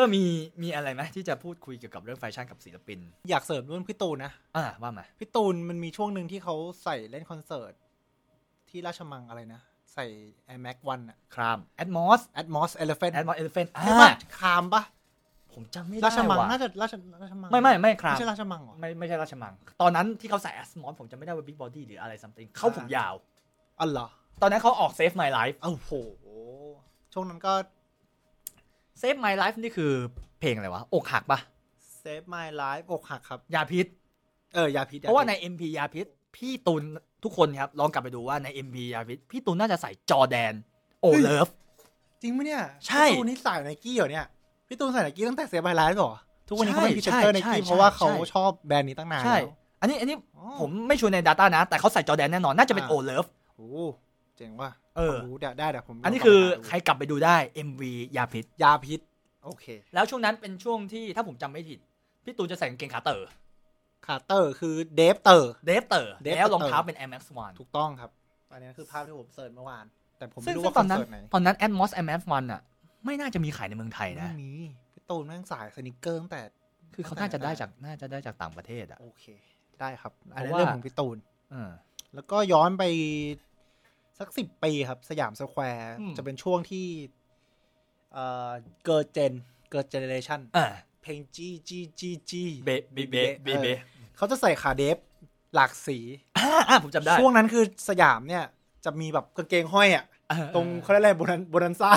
[SPEAKER 1] ก็มีมีอะไรไหมที่จะพูดคุยเกี่ยวกับเรื่องแฟชั่นกับศิลปิน
[SPEAKER 2] อยากเสริมเรื่องพี่ตูนนะ
[SPEAKER 1] อ่าว่ามา
[SPEAKER 2] พี่ตูนมันมีช่วงหนึ่งที่เขาใส่เล่นคอนเสิร์ต ที่ราชมังอะไรนะ ใส่ Air Max 1อะ
[SPEAKER 1] ครามแอดมอส
[SPEAKER 2] Atmos Elephant
[SPEAKER 1] แอดมอสเอลเฟนอ่
[SPEAKER 2] ใช่ปะ
[SPEAKER 1] า
[SPEAKER 2] คามปะ
[SPEAKER 1] ผมจำไม่ได้
[SPEAKER 2] ราชมัง
[SPEAKER 1] ว่ะ
[SPEAKER 2] น่าจะราชราชมัง
[SPEAKER 1] ไม่ไม่ไม่คราม
[SPEAKER 2] ไม่ใช่ราชมังเหรอ
[SPEAKER 1] ไม่ไม่ใช่ราชมัง ตอนนั้นที่เขาใส่แอดมอสผมจำไม่ได้ว่าบิ๊กบอดี้หรืออะไรซัมติงเขาผมยาว
[SPEAKER 2] อ๋อเหรอ
[SPEAKER 1] ตอนนั้นเขาออก Save My Life
[SPEAKER 2] เอ้าโห ช่วงนั้นก็
[SPEAKER 1] Save My Life นี่คือเพลงอะไรวะ อกหักปะ
[SPEAKER 2] Save My Life อกหักครับ
[SPEAKER 1] ยาพิษ
[SPEAKER 2] เออ ยาพิษย
[SPEAKER 1] เพราะว่า
[SPEAKER 2] พิษ
[SPEAKER 1] ใน MP ยาพิษ พี่ตุนทุกคนครับ ลองกลับไปดูว่าใน MP ยาพิษ พี่ตุนน่าจะใส่จอแดน โอเลิฟ
[SPEAKER 2] จริงไหมเนี่ย
[SPEAKER 1] ใช่
[SPEAKER 2] พี่ตูนนี่ใส่ไนกี้เหรอเนี่ย พี่ตูนใส่ไนกี้ตั้งแต่ Save My Life เหรอ ทุกวันนี้เขาเป็นพรีเซนเตอร์
[SPEAKER 1] ใช่
[SPEAKER 2] ไน
[SPEAKER 1] ใช่
[SPEAKER 2] กี้
[SPEAKER 1] ใช่
[SPEAKER 2] เพราะว่าเขา
[SPEAKER 1] ใช่
[SPEAKER 2] ชอบแบรนด์นี้ตั้งนาน
[SPEAKER 1] ใช่
[SPEAKER 2] แล้ว
[SPEAKER 1] อันนี้อันนี้
[SPEAKER 2] อ๋อ
[SPEAKER 1] ผมไม่ชัวร์ใน Data นะ แต่เขาใส่จอแดนแน่นอน น่าจะเป็น
[SPEAKER 2] อ่า
[SPEAKER 1] โอเลิฟ
[SPEAKER 2] โอ้เจ๋งว่ะ
[SPEAKER 1] เออ
[SPEAKER 2] ผมรู้เดี๋ยวได้เดี๋ยวผม
[SPEAKER 1] อันนี้คือ
[SPEAKER 2] ลง
[SPEAKER 1] ใค
[SPEAKER 2] ไป
[SPEAKER 1] ร
[SPEAKER 2] หาก
[SPEAKER 1] ลับไปดูได้ MV ยาพิษ
[SPEAKER 2] ดูยาพิษ โอเค
[SPEAKER 1] แล้วช่วงนั้นเป็นช่วงที่ถ้าผมจำไม่ผิด พี่ตูนจะใส่กางเกงขาเต๋อ
[SPEAKER 2] คาร์เตอร์คือเดฟเตอร์
[SPEAKER 1] เดฟเต๋อ
[SPEAKER 2] เดฟเต๋อ
[SPEAKER 1] แล้วรองเท้าเป็น Air Max 1
[SPEAKER 2] ถูกต้องครับ อันนี้คือภาพที่ผมเสิร์ชเมื่อวาน แต่ผม
[SPEAKER 1] ซึ่ง
[SPEAKER 2] ไม่รู้
[SPEAKER 1] ซึ่
[SPEAKER 2] ว่าง ค
[SPEAKER 1] ตอ
[SPEAKER 2] อน น
[SPEAKER 1] นั้น
[SPEAKER 2] เสิร์ตไหน
[SPEAKER 1] ตอนนั้น Atmos MF 1อ่ะ ไม่น่าจะมีขายในเมืองไทย
[SPEAKER 2] ไม่
[SPEAKER 1] นะ
[SPEAKER 2] มีพี่ตูนแม่งสายสนิเกอร์ตั้งแต่
[SPEAKER 1] คือเขาน่าจะได้จากน่าจะได้จากต่างประเทศอ่ะ
[SPEAKER 2] โอเค ได้ครับ อันนี้
[SPEAKER 1] เพราะว่า
[SPEAKER 2] เรื่องของพี่ตูน
[SPEAKER 1] เออ
[SPEAKER 2] แล้วก็ย้อนไปสักสิบปีครับ สยามสแควร์
[SPEAKER 1] อืม
[SPEAKER 2] จะเป็นช่วงที่ เอ่อ เกิดเจน เกิดเจเนเรชัน
[SPEAKER 1] อ่า
[SPEAKER 2] เพลงจีจีจีจี
[SPEAKER 1] เบเบเบเบเบ
[SPEAKER 2] เขาจะใส่ขาเดฟ หลากสี
[SPEAKER 1] อ่าอ่าผมจำได้
[SPEAKER 2] ช่วงนั้นคือสยามเนี่ย จะมีแบบกางเกงห้อยอ่ะ
[SPEAKER 1] เออ
[SPEAKER 2] ตรงเขาเรียกอะไรโบนันโบนันซ่า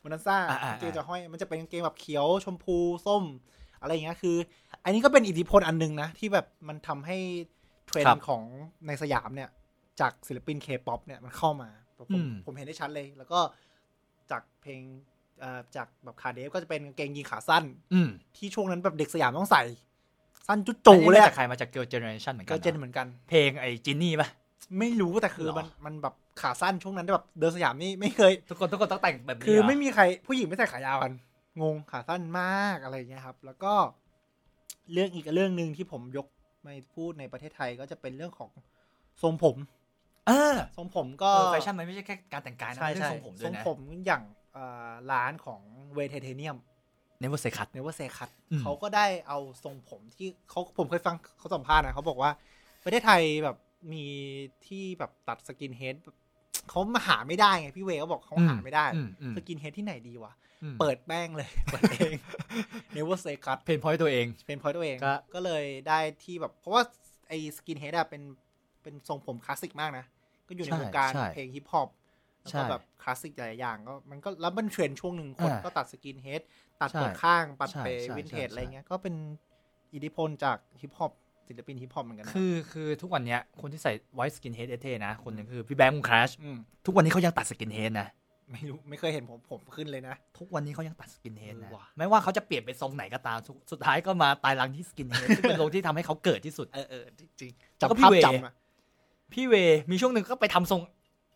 [SPEAKER 2] โบนันซ่า
[SPEAKER 1] อ่าอ่า
[SPEAKER 2] กางเกงจะห้อย มันจะเป็นกางเกงแบบเขียวชมพูส้ม อะไรอย่างเงี้ยคือ อันนี้ก็เป็นอิทธิพลอันหนึงนะ ที่แบบมันทำให้เทรนด์ของในสยามเนี่ย จากศิลปินเคป๊อปเนี่ยมันเข้ามาผม
[SPEAKER 1] อืม
[SPEAKER 2] ผมเห็นได้ชัดเลย แล้วก็จากเพลงเอ่อจากแบบคาเดฟก็จะเป็นกางเกงยีนขาสั้น
[SPEAKER 1] อืม
[SPEAKER 2] ที่ช่วงนั้นแบบเด็กสยามต้องใส่ สั้นจุดจูเลย
[SPEAKER 1] อันนี้มา
[SPEAKER 2] อะ
[SPEAKER 1] จากใครมาจากเกิร์ลเจเนอเรชันเหมือนกั
[SPEAKER 2] ก็
[SPEAKER 1] น
[SPEAKER 2] เจน
[SPEAKER 1] หรอ
[SPEAKER 2] เหมือนกัน
[SPEAKER 1] เพลงไอ้จินนี่ป่ะ
[SPEAKER 2] ไม่รู้แต่คือ
[SPEAKER 1] หรอ
[SPEAKER 2] มันมันแบบขาสั้นช่วงนั้นแบบเดินสยามนี่ไม่เคย
[SPEAKER 1] ทุกคนทุกคนต้องแต่งแบบนี้
[SPEAKER 2] คือ
[SPEAKER 1] เหร
[SPEAKER 2] ไม่มีใครผู้หญิงไม่ใส่ขายาวกัน งงขาสั้นมากอะไรอย่างเงี้ยครับ แล้วก็เรื่องอีกเรื่องหนึ่งที่ผมยกมาพูดในประเทศไทยก็จะเป็นเรื่องของทรงผม
[SPEAKER 1] เออ
[SPEAKER 2] ทรงผมก็
[SPEAKER 1] เออแฟชั่นมันไม่ใช่แค่การแต่งกายนะ
[SPEAKER 2] ใช่
[SPEAKER 1] มันเรื่องทร
[SPEAKER 2] ใช่
[SPEAKER 1] งผมด้วย
[SPEAKER 2] ทรง
[SPEAKER 1] นะ
[SPEAKER 2] ผมอย่างเอ่อร้านของเวเทเทเนียม
[SPEAKER 1] เนเวอร์เซคัต
[SPEAKER 2] เนเวอร์เซคัต
[SPEAKER 1] อืม
[SPEAKER 2] เขาก็ได้เอาทรงผมที่เขาผมเคยฟังเขาสัมภาษณ์นะเขาบอกว่า ประเทศไทยแบบมีที่แบบตัดสกินเฮดแบบเขามาหาไม่ได้ไงพี่เวเขาบอกเขาหาไม่ได้ สกินเฮดที่ไหนดีวะ เปิดแป้งเลย เปิดเองเนเวอร์เซคัต
[SPEAKER 1] เพนพอยต์ตัวเอง
[SPEAKER 2] เป็นพอยตัวเอง
[SPEAKER 1] ก็
[SPEAKER 2] ก็เลยได้ที่แบบ เพราะว่าไอ้สกินเฮดอะเป็นเป็นทรงผมคลาสสิกมากนะ ก็อยู่ในวงการ
[SPEAKER 1] ใช่ใช่
[SPEAKER 2] เพลงฮิปฮอปแล้วก็
[SPEAKER 1] ใช่
[SPEAKER 2] แบบคลาสสิกหลายๆอย่างก็มันก็แล้วมันเทรนด์ช่วงหนึ่งคน
[SPEAKER 1] อ่า
[SPEAKER 2] ก็ตัดสกินเฮดตัด
[SPEAKER 1] ใช่
[SPEAKER 2] เปิดข้างปัด
[SPEAKER 1] ใช่
[SPEAKER 2] เป
[SPEAKER 1] ใช่
[SPEAKER 2] วินเทจ
[SPEAKER 1] ใช่
[SPEAKER 2] อะไรเงี้ยก็เป็น อิทธิพลจากฮิปฮอปศิลปินฮิปฮอปเหมือนกันนะ
[SPEAKER 1] คือคือทุกวันเนี้ยคนที่ใส่ไวท์สกินเฮดเท่ๆนะ คนหนึงคือพี่แบงค์วงคลาช
[SPEAKER 2] ม
[SPEAKER 1] ทุกวันนี้เขายังตัดสกินเฮดนะ
[SPEAKER 2] ไม่รู้ไม่เคยเห็นผมผมขึ้นเลยนะ
[SPEAKER 1] ทุกวันนี้เขายังตัดสกินเฮด
[SPEAKER 2] เออ
[SPEAKER 1] นะ
[SPEAKER 2] ว่ะ
[SPEAKER 1] ไม่ว่าเขาจะเปลี่ยนไปทรงไหนก็ตามสุดสุดท้ายก็มาตายรังที่สกินเฮด ซึ่งเป็นโรงที่ทำให้เขาเกิดที่สุด
[SPEAKER 2] เออเออจริงๆ
[SPEAKER 1] แล้วก็
[SPEAKER 2] จำภาพ
[SPEAKER 1] พี่เว
[SPEAKER 2] จำอะ
[SPEAKER 1] พี่เวมีช่วงหนึ่งก็ไปทำทรง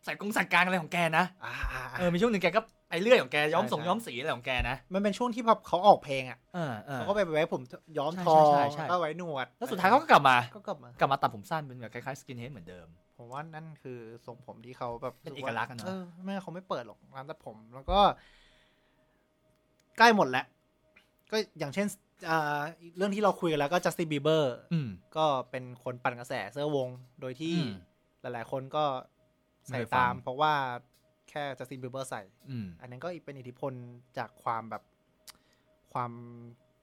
[SPEAKER 1] ใส่กงสักการอะไรของแกนะ
[SPEAKER 2] อ่า
[SPEAKER 1] เออมีช่วงหนึ่งแกก็ไปเรื่อยของแกย้อม
[SPEAKER 2] ใช่
[SPEAKER 1] ส่ง
[SPEAKER 2] ใช่
[SPEAKER 1] ย้อมสีอะไรของแกนะ
[SPEAKER 2] มันเป็นช่วงที่แบบเขาออกเพลงอ่ะ
[SPEAKER 1] เออเออ
[SPEAKER 2] เขาก็ไปไว้ผมย้อม
[SPEAKER 1] ใช่
[SPEAKER 2] ทอง
[SPEAKER 1] ใช่ใช่
[SPEAKER 2] แล้วก็ไว้หนวด
[SPEAKER 1] แล้วสุดท้ายเขาก็กลับมา
[SPEAKER 2] ก็กลับมา
[SPEAKER 1] กลับมาตัดผมสั้นเป็นแบบคล้ายๆสกินเฮดเหมือนเดิม
[SPEAKER 2] ผมว่านั่นคือทรงผมที่เขาแบบ
[SPEAKER 1] เป็นเอกลักษณ์อะเนอะ
[SPEAKER 2] เออไม่งั้นเขาไม่เปิดหรอกร้านตัดผม แล้วก็ ใกล้หมดแล้ว ก็อย่างเช่นอ่าเรื่องที่เราคุยกันแล้วก็จัสตินบีเบอร์
[SPEAKER 1] อืม
[SPEAKER 2] ก็เป็นคนปั่นกระแสเสื้อวง โดยที่
[SPEAKER 1] อืม
[SPEAKER 2] หลายๆคนก็ใส่
[SPEAKER 1] ไม่ได้ฟัง
[SPEAKER 2] ตาม เพราะว่าแค่จัสตินบีเบอร์ใส่
[SPEAKER 1] อืม
[SPEAKER 2] อันนั้นก็เป็นอิทธิพลจากความแบบความ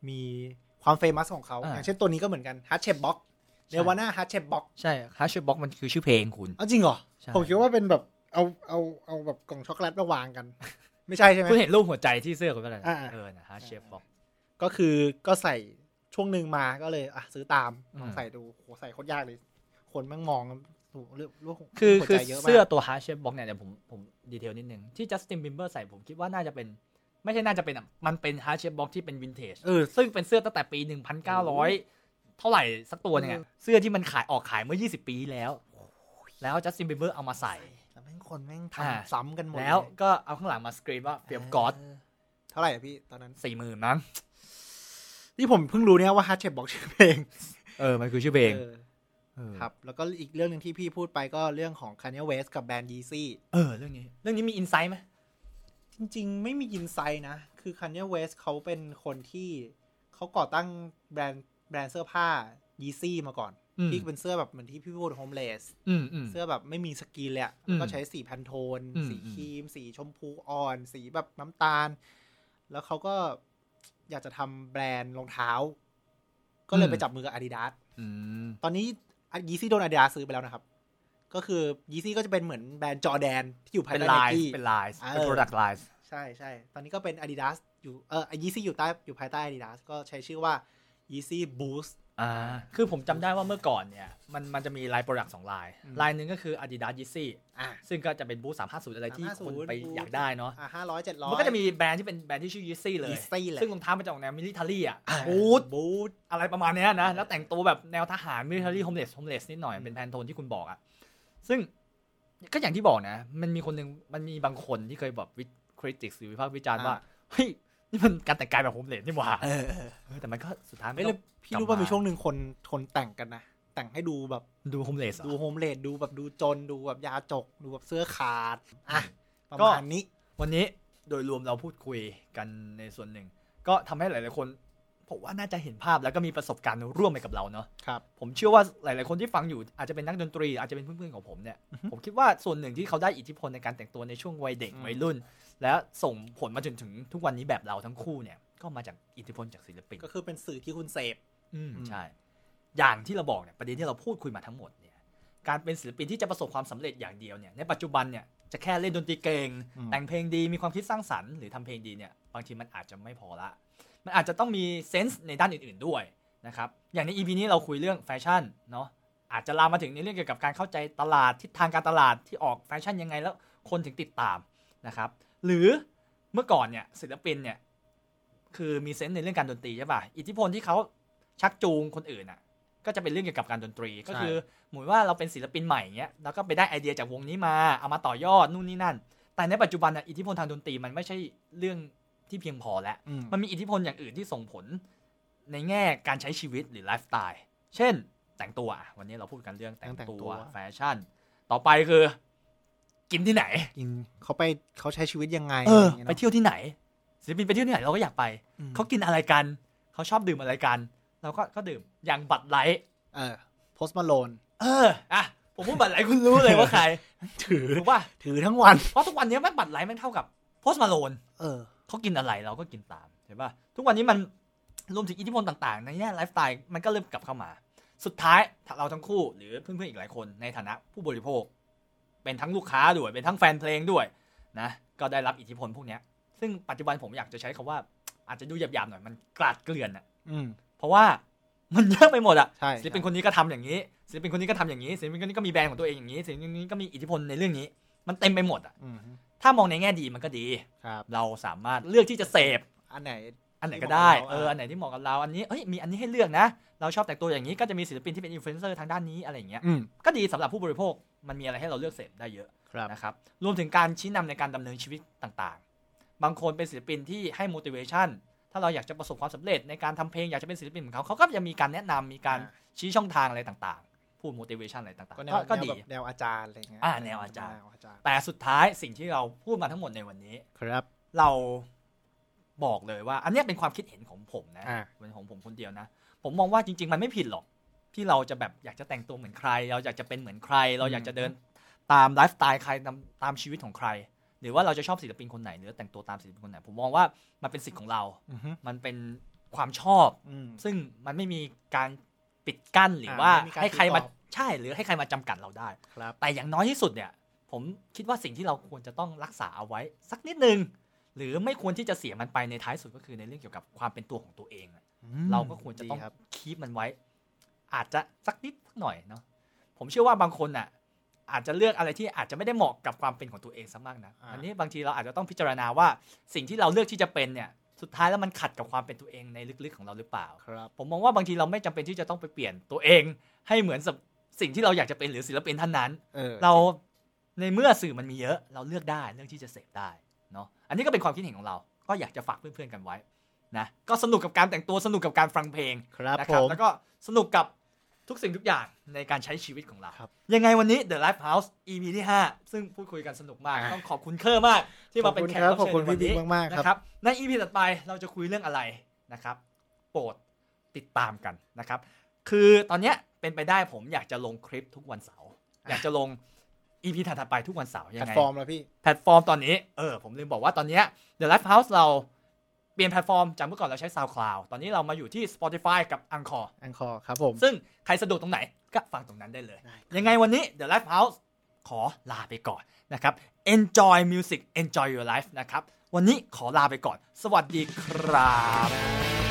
[SPEAKER 2] มีความเฟมัสของเขา อย่างเช่นตัวนี้ก็เหมือนกันฮั t เช e บ็อกเนวาน่าฮั t เช e บ็อก
[SPEAKER 1] ใช่ฮัชเชอร์บ็อกมันคือชื่อเพลงคุณ
[SPEAKER 2] เอาจริงเหรอ
[SPEAKER 1] ใช่
[SPEAKER 2] ผมคิดว่าเป็นแบบเอาเอาเอาแบบกล่องช็อกโกแลตมาวางกัน ไม่ใช่ใช่ไหม
[SPEAKER 1] คุณเห็นรูปหัวใจที่เสื้อคุณเป็นอะไรนะ
[SPEAKER 2] อ่าๆ
[SPEAKER 1] เออนะฮัชเชอร์บ็อก
[SPEAKER 2] ก็คือก็ใส่ช่วงหนึ่งมาก็เลย อ่ะ ซื้อตามลอง
[SPEAKER 1] อืม
[SPEAKER 2] ใส่ดูโหใส่โคตรยากเลย คนแม่งมองสูงเรื่องลูก
[SPEAKER 1] คือ
[SPEAKER 2] หัว
[SPEAKER 1] คือ
[SPEAKER 2] ใจเยอะมาก
[SPEAKER 1] เสื้อตัวฮาร์เชฟบ็อกเนี่ยเดี๋ยวผมผมดีเทลนิดนึง ที่จัสตินบิมเบอร์ใส่ผมคิดว่าน่าจะเป็น ไม่ใช่น่าจะเป็นอ่ะมันเป็นฮาร์เชฟบ็อกที่เป็นวินเทจ
[SPEAKER 2] เออ
[SPEAKER 1] ซึ่งเป็นเสื้อตั้งแต่ปี 1900 เท่าไหร่สักตัวเนี่ยเสื้อที่มันขายออกขายเมื่อ 20 ปีที่แล้ว แล้วจัสตินบิมเบอร์เอามาใส่
[SPEAKER 2] แล้วแม่งคนแม่ง
[SPEAKER 1] อ่า
[SPEAKER 2] ทำซ้ำกันหมด
[SPEAKER 1] แล้ว
[SPEAKER 2] เย
[SPEAKER 1] ก็เอาข้างหลังมาสกรีนว่าเปียบกอด
[SPEAKER 2] เท่าไหร่อะพี่ตอนนั้น
[SPEAKER 1] สี่หมื่นมั้ง
[SPEAKER 2] นี่ผมเพิ่งรู้เนี่ยว่าฮัทเช e บ็อกชื่อเพลง
[SPEAKER 1] เออมันคือชื่อเพลง
[SPEAKER 2] เออ
[SPEAKER 1] เออ
[SPEAKER 2] ครับ แล้วก็อีกเรื่องหนึ่งที่พี่พูดไปก็เรื่องของค a นย w เวสกับแบรนด์ยีซี่
[SPEAKER 1] เออเรื่องนี้ เรื่องนี้มีอินไซต์ไหม
[SPEAKER 2] จริงๆ ไม่มียินไซด์นะ คือคันเย w เวสเขาเป็นคนที่เขาก่อตั้งแบรนด์แบรนด์เสื้อผ้ายีซี่มาก่อน
[SPEAKER 1] อืม
[SPEAKER 2] ที่เป็นเสื้อแบบเหมือนที่พี่พูดโฮมเลส
[SPEAKER 1] อืมอืม
[SPEAKER 2] เสื้อแบบไม่มีสกรีนเลยอะ
[SPEAKER 1] อืม
[SPEAKER 2] ก็ใช้สีแพนโทน
[SPEAKER 1] อืม
[SPEAKER 2] สี
[SPEAKER 1] อืม
[SPEAKER 2] ครีม สีชมพูอ่อน สีแบบน้ำตาล แล้วเขาก็อยากจะทำแบรนด์รองเท้า ก็เลยไปจับมือกับอาดิดาส
[SPEAKER 1] อืม
[SPEAKER 2] ตอนนี้ยีซี่โดนอาดิดาสซื้อไปแล้วนะครับ ก็คือยีซี่ก็จะเป็นเหมือนแบรนด์จอร์แดนที่อยู่ภาย
[SPEAKER 1] เป็น
[SPEAKER 2] ใต้
[SPEAKER 1] ลา
[SPEAKER 2] ไน
[SPEAKER 1] ย
[SPEAKER 2] กี้
[SPEAKER 1] เป็นลาย
[SPEAKER 2] เออ
[SPEAKER 1] เป็นโปรดักต์ลาย
[SPEAKER 2] ใช่ใช่ ตอนนี้ก็เป็น Adidas อยู่ เออยีซี่อยู่ใต้ อยู่ภายใต้ Adidas ก็ใช้ชื่อว่า Yeezy Boost
[SPEAKER 1] อ่าคือผมจำได้ว่าเมื่อก่อนเนี่ย มันมันจะมีลายโปรดักต์สองลาย ลายหนึ่งก็คือ Adidas Yeezy
[SPEAKER 2] อ่ะ
[SPEAKER 1] ซึ่งก็จะเป็นบูธ350 อะไรที่คนไป
[SPEAKER 2] 350
[SPEAKER 1] อยากได้เนาะ
[SPEAKER 2] อ่ะห้าร้อยเจ็ดร้อย
[SPEAKER 1] มันก็จะมีแบรนด์ที่เป็นแบรนด์ที่ชื่อ Yeezy เลย
[SPEAKER 2] Yeezy เลย
[SPEAKER 1] ซึ่งรองเท้ามันจะออกแนวมิลิทารี่อ่ะ
[SPEAKER 2] บู
[SPEAKER 1] บู
[SPEAKER 2] ท
[SPEAKER 1] ธ
[SPEAKER 2] บูท
[SPEAKER 1] อะไรประมาณเนี้ยนะ แล้วแต่งตัวแบบแนวทหารมิลิทารี่โฮมเลสโฮมเลสนิดหน่อย เป็นแพนโทนที่คุณบอกอ่ะ ซึ่งก็อย่างที่บอกนะ มันมีคนหนึ่งมันมีบางคนที่เคยแบบวิคริติกหรือวิพากษ์วิจารณ์ว่าเฮ้ยนี่มันการแต่งกายแบบโฮมเลสนี่หว่า
[SPEAKER 2] เออ
[SPEAKER 1] เออแต่มันก็สุดท้ายมั
[SPEAKER 2] ไม่
[SPEAKER 1] น
[SPEAKER 2] เล
[SPEAKER 1] ก็
[SPEAKER 2] ยพี่รู้ว่ามีช่วงหนึ่งคนคนแต่งกันนะ แต่งให้ดูแบบ
[SPEAKER 1] ดูโฮมเลส
[SPEAKER 2] ดูโฮมเลดดูแบบดูจน ดูแบบยาจก ดูแบบเสื้อขาด อ่ะ ประ
[SPEAKER 1] ก็
[SPEAKER 2] มาณนี้
[SPEAKER 1] วันนี้โดยรวมเราพูดคุยกันในส่วนหนึ่ง ก็ทำให้หลาย ๆ คน ผมว่าน่าจะเห็นภาพแล้วก็มีประสบการณ์ร่วมไปกับเราเนาะ
[SPEAKER 2] ครับ
[SPEAKER 1] ผมเชื่อว่าหลาย ๆ คนที่ฟังอยู่อาจจะเป็นนักดนตรีอาจจะเป็นเพื่อน ๆ ของผมเนี่ยผมคิดว่าส่วนหนึ่งที่เขาได้อิทธิพลในการแต่งตัวในช่วงวัยเด็ก
[SPEAKER 2] อืม
[SPEAKER 1] วัยรุ่น แล้วส่งผลมาจนถึงทุกวันนี้แบบเราทั้งคู่เนี่ย ก็มาจากอิทธิพลจากศิลปิน
[SPEAKER 2] ก็คือเป็นสื่อที่คุณเสพ
[SPEAKER 1] อืมใช่ อย่างที่เราบอกเนี่ยประเด็นที่เราพูดคุยมาทั้งหมดเนี่ยการเป็นศิลปินที่จะประสบความสำเร็จอย่างเดียวเนี่ยในปัจจุบันเนี่ยจะแค่เล่นดนตรีเก่ง
[SPEAKER 2] อืม
[SPEAKER 1] แต่งเพลงดีมีความคิดสร้างสรรค์หรือทำเพลงดีเนี่ยบางทีมันอาจจะไม่พอละ มันอาจจะต้องมีเซนส์ในด้านอื่นๆด้วยนะครับอย่างใน EP นี้เราคุยเรื่องแฟชั่นเนาะอาจจะลามมาถึงในเรื่องเกี่ยวกับการเข้าใจตลาดทิศทางการตลาดที่ออกแฟชั่นยังไงแล้วคนถึงติดตามนะครับหรือเมื่อก่อนเนี่ยศิลปินเนี่ยคือมีเซนส์ในเรื่องการดนตรีใช่ป่ะอิทธิพลที่เขาชักจูงคนอื่นอ่ะ ก็จะเป็นเรื่องเกี่ยวกับการดนตรี ก็คือเหมือนว่าเราเป็นศิลปินใหม่เงี้ยเราก็ไปได้ไอเดียจากวงนี้มาเอามาต่อยอดนู่นนี่นั่น แต่ในปัจจุบันน่ะอิทธิพลทางดนตรีมันไม่ใช่เรื่องที่เพียงพอแล้ว
[SPEAKER 2] อืม
[SPEAKER 1] มันมีอิทธิพลอย่างอื่นที่ส่งผลในแง่การใช้ชีวิตหรือไลฟ์สไตล์ เช่น แต่งตัวอ่ะวันนี้เราพูดกันเรื่องแต่งตัวแฟชั่น ต่อไปคือ กินที่ไหน
[SPEAKER 2] กินเขาไปเขาใช้ชีวิตยังไง
[SPEAKER 1] เออ
[SPEAKER 2] ะรย่างงี้ย
[SPEAKER 1] ไป
[SPEAKER 2] เนาะ
[SPEAKER 1] เที่ยวที่ไหนศิลปินไปเที่ยวที่ไหนเราก็อยากไป
[SPEAKER 2] อืม
[SPEAKER 1] เขากินอะไรกัน เขาชอบดื่มอะไรกัน เราก็ก็ดื่มอย่างบัตรไลท์
[SPEAKER 2] เออโพสมาโลน
[SPEAKER 1] เอออ่ะผมพูดบัตรไลท์คุณรู้เลยว่าใคร
[SPEAKER 2] ถือ
[SPEAKER 1] ถูกป่ะ
[SPEAKER 2] ถือทั้งวัน
[SPEAKER 1] เพราะทุกวันนี้แม่งบัตรไลท์แม่งเท่ากับโพสมาโลน
[SPEAKER 2] เออ
[SPEAKER 1] เขากินอะไรเราก็กินตามใช่ป่ะทุกวันนี้มันรวมถึงอิทธิพลต่างๆ ในแง่ไลฟ์สไตล์มันก็เริ่มกลับเข้ามา สุดท้ายเราทั้งคู่หรือเพื่อนๆอีกหลายคนในฐานะผู้บริโภค เป็นทั้งลูกค้าด้วย เป็นทั้งแฟนเพลงด้วยนะก็ได้รับอิทธิพลพวกเนี้ยซึ่งปัจจุบันผมอยากจะใช้คำว่า อาจจะดูหยาบๆหน่อยมันกลาดเกลื่อนอะ
[SPEAKER 2] อืม
[SPEAKER 1] เพราะว่า มันเยอะไปหมดอะ
[SPEAKER 2] ใช่
[SPEAKER 1] ศิลปินคนนี้ก็ทำอย่างนี้ศิลปินคนนี้ก็ทำอย่างนี้ศิลปินคนนี้ก็มีแบรนด์ของตัวเองอย่างนี้ศิลปินคนนี้ก็มีอิทธิพลในเรื่องนี้ มันเต็มไปหมดอะ
[SPEAKER 2] อืม
[SPEAKER 1] ถ้ามองในแง่ดีมันก็ดี
[SPEAKER 2] ครับ
[SPEAKER 1] เราสามารถเลือกที่จะเสพ
[SPEAKER 2] อันไหน
[SPEAKER 1] อันไหนก็ได้
[SPEAKER 2] ที่เห
[SPEAKER 1] เออ
[SPEAKER 2] มาะกับเราอ่ะ
[SPEAKER 1] อันไหนที่เหมาะกับเราอันนี้เอ้ยมีอันนี้ให้เลือกนะ เราชอบแต่งตัวอย่างนี้ก็จะมีศิลปินที่เป็นอินฟลูเอนเซอร์ทางด้านนี้อะไรอย่างเงี้ย
[SPEAKER 2] อืม
[SPEAKER 1] ก็ดีสำหรับผู้บริโภคมันมีอะไรให้เราเลือกเสพได้เยอะ
[SPEAKER 2] ครับ
[SPEAKER 1] นะครับรวมถึงการชี้นำในการดำเนินชีวิตต่างๆ บางคนเป็นศิลปินที่ให้ motivation ถ้าเราอยากจะประสบความสำเร็จในการทำเพลงอยากจะเป็นศิลปินเหมือนเขาเขาก็จะมีการแนะนำมีการชี้ช่องทางอะไรต่างๆ พูด motivation อะไรต่าง
[SPEAKER 2] ก็แนว
[SPEAKER 1] ๆก็ดี
[SPEAKER 2] แนวแบบแนวอาจารย์อะไรเงี้ย
[SPEAKER 1] อ่าแนวอาจารย์
[SPEAKER 2] แนวอาจารย์
[SPEAKER 1] แต่สุดท้ายสิ่งที่เราพูดมาทั้งหมดในวันนี้
[SPEAKER 2] ครับ
[SPEAKER 1] เราบอกเลยว่า อันเนี้ยเป็นความคิดเห็นของผมนะ
[SPEAKER 2] อ่า
[SPEAKER 1] เป็นของผมคนเดียวนะ ผมมองว่าจริง ๆ มันไม่ผิดหรอก ที่เราจะแบบอยากจะแต่งตัวเหมือนใคร เราอยากจะเป็นเหมือนใคร เราอยากจะเดินตามไลฟ์สไตล์ใครตามตามชีวิตของใคร หรือว่าเราจะชอบศิลปินคนไหนหรือแต่งตัวตามศิลปินคนไหน ผมมองว่ามันเป็นสิทธิ์ของเรา
[SPEAKER 2] อือฮึ
[SPEAKER 1] มันเป็นความชอบ
[SPEAKER 2] อืม
[SPEAKER 1] ซึ่งมันไม่มีการปิดกั้นหรือ
[SPEAKER 2] อ่า
[SPEAKER 1] ว่า
[SPEAKER 2] ไม่มีการ
[SPEAKER 1] ให้ใครมา
[SPEAKER 2] ตีกรอบ
[SPEAKER 1] ใช่หรือให้ใครมาจำกัดเราได้
[SPEAKER 2] ครับ
[SPEAKER 1] แต่อย่างน้อยที่สุดเนี่ย ผมคิดว่าสิ่งที่เราควรจะต้องรักษาเอาไว้ สักนิดนึง หรือไม่ควรที่จะเสียมันไปในท้ายสุดก็คือในเรื่องเกี่ยวกับความเป็นตัวของตัวเองอะเราก็ควรจะต้อง
[SPEAKER 2] ดีครับ
[SPEAKER 1] คีปมันไว้ อาจจะสักนิดสักหน่อยเนาะผมเชื่อว่าบางคนน่ะ อาจจะเลือกอะไรที่อาจจะไม่ได้เหมาะกับความเป็นของตัวเองซะมากนะ
[SPEAKER 2] อ่า
[SPEAKER 1] อันนี้บางทีเราอาจจะต้องพิจารณาว่าสิ่งที่เราเลือกที่จะเป็นเนี่ย สุดท้ายแล้วมันขัดกับความเป็นตัวเองในลึกๆของเราหรือเปล่า
[SPEAKER 2] ครับ
[SPEAKER 1] ผมมองว่าบางทีเราไม่จำเป็นที่จะต้องไปเปลี่ยนตัวเอง ให้เหมือนกับสิ่งที่เราอยากจะเป็นหรือศิลปินท่านนั้น
[SPEAKER 2] เออ
[SPEAKER 1] เราในเมื่อสื่อมันมีเยอะ เราเลือกได้เลือกที่จะเสพได้เนาะอันนี้ก็เป็นความคิดเห็นของเรา ก็อยากจะฝากเพื่อนๆกันไว้นะก็สนุกกับการแต่งตัวสนุกกับการฟังเพลง
[SPEAKER 2] ครับ
[SPEAKER 1] นะ
[SPEAKER 2] ผม
[SPEAKER 1] แล้วก็สนุกกับทุกสิ่งทุกอย่างในการใช้ชีวิตของเรา
[SPEAKER 2] ครับ
[SPEAKER 1] ยังไงวันนี้ The Life House EP ที่ 5 ซึ่งพูดคุยกันสนุกมาก ต้องขอบคุณเคอร์มาก ที่มาเป็นแขกรับ
[SPEAKER 2] ขอบ
[SPEAKER 1] เชิญ
[SPEAKER 2] คุ
[SPEAKER 1] ในวั
[SPEAKER 2] ณพี่
[SPEAKER 1] น
[SPEAKER 2] บิ๊
[SPEAKER 1] นี้
[SPEAKER 2] กมากๆ
[SPEAKER 1] นะ
[SPEAKER 2] ค
[SPEAKER 1] ครับ รับใน EP ถัดไปเราจะคุยเรื่องอะไรนะครับ โปรดติดตามกันนะครับ คือตอนเนี้ยเป็นไปได้ผมอยากจะลงคลิปทุกวันเสาร์อยากจะลง EP ถัดๆไปทุกวันเสาร์ยั
[SPEAKER 2] แพล
[SPEAKER 1] งไง
[SPEAKER 2] ตฟอร์มแล้วพี่
[SPEAKER 1] แพลตฟอร์มตอนนี้ เออ ผมลืมบอกว่าตอนเนี้ย The Life House เราเปลี่ยนแพลตฟอร์มจากเมื่อก่อนเราใช้ SoundCloud ตอนนี้เรามาอยู่ที่ Spotify กับ a n c h o r
[SPEAKER 2] อังคอร์ครับผม
[SPEAKER 1] ซึ่งใครสะดวกตรงไหนก็ฟังตรงนั้นได้เลย
[SPEAKER 2] ได้ครับ
[SPEAKER 1] ยังไงวันนี้ The Life House ขอลาไปก่อนนะครับ Enjoy Music Enjoy Your Life นะครับ วันนี้ขอลาไปก่อน สวัสดีครับ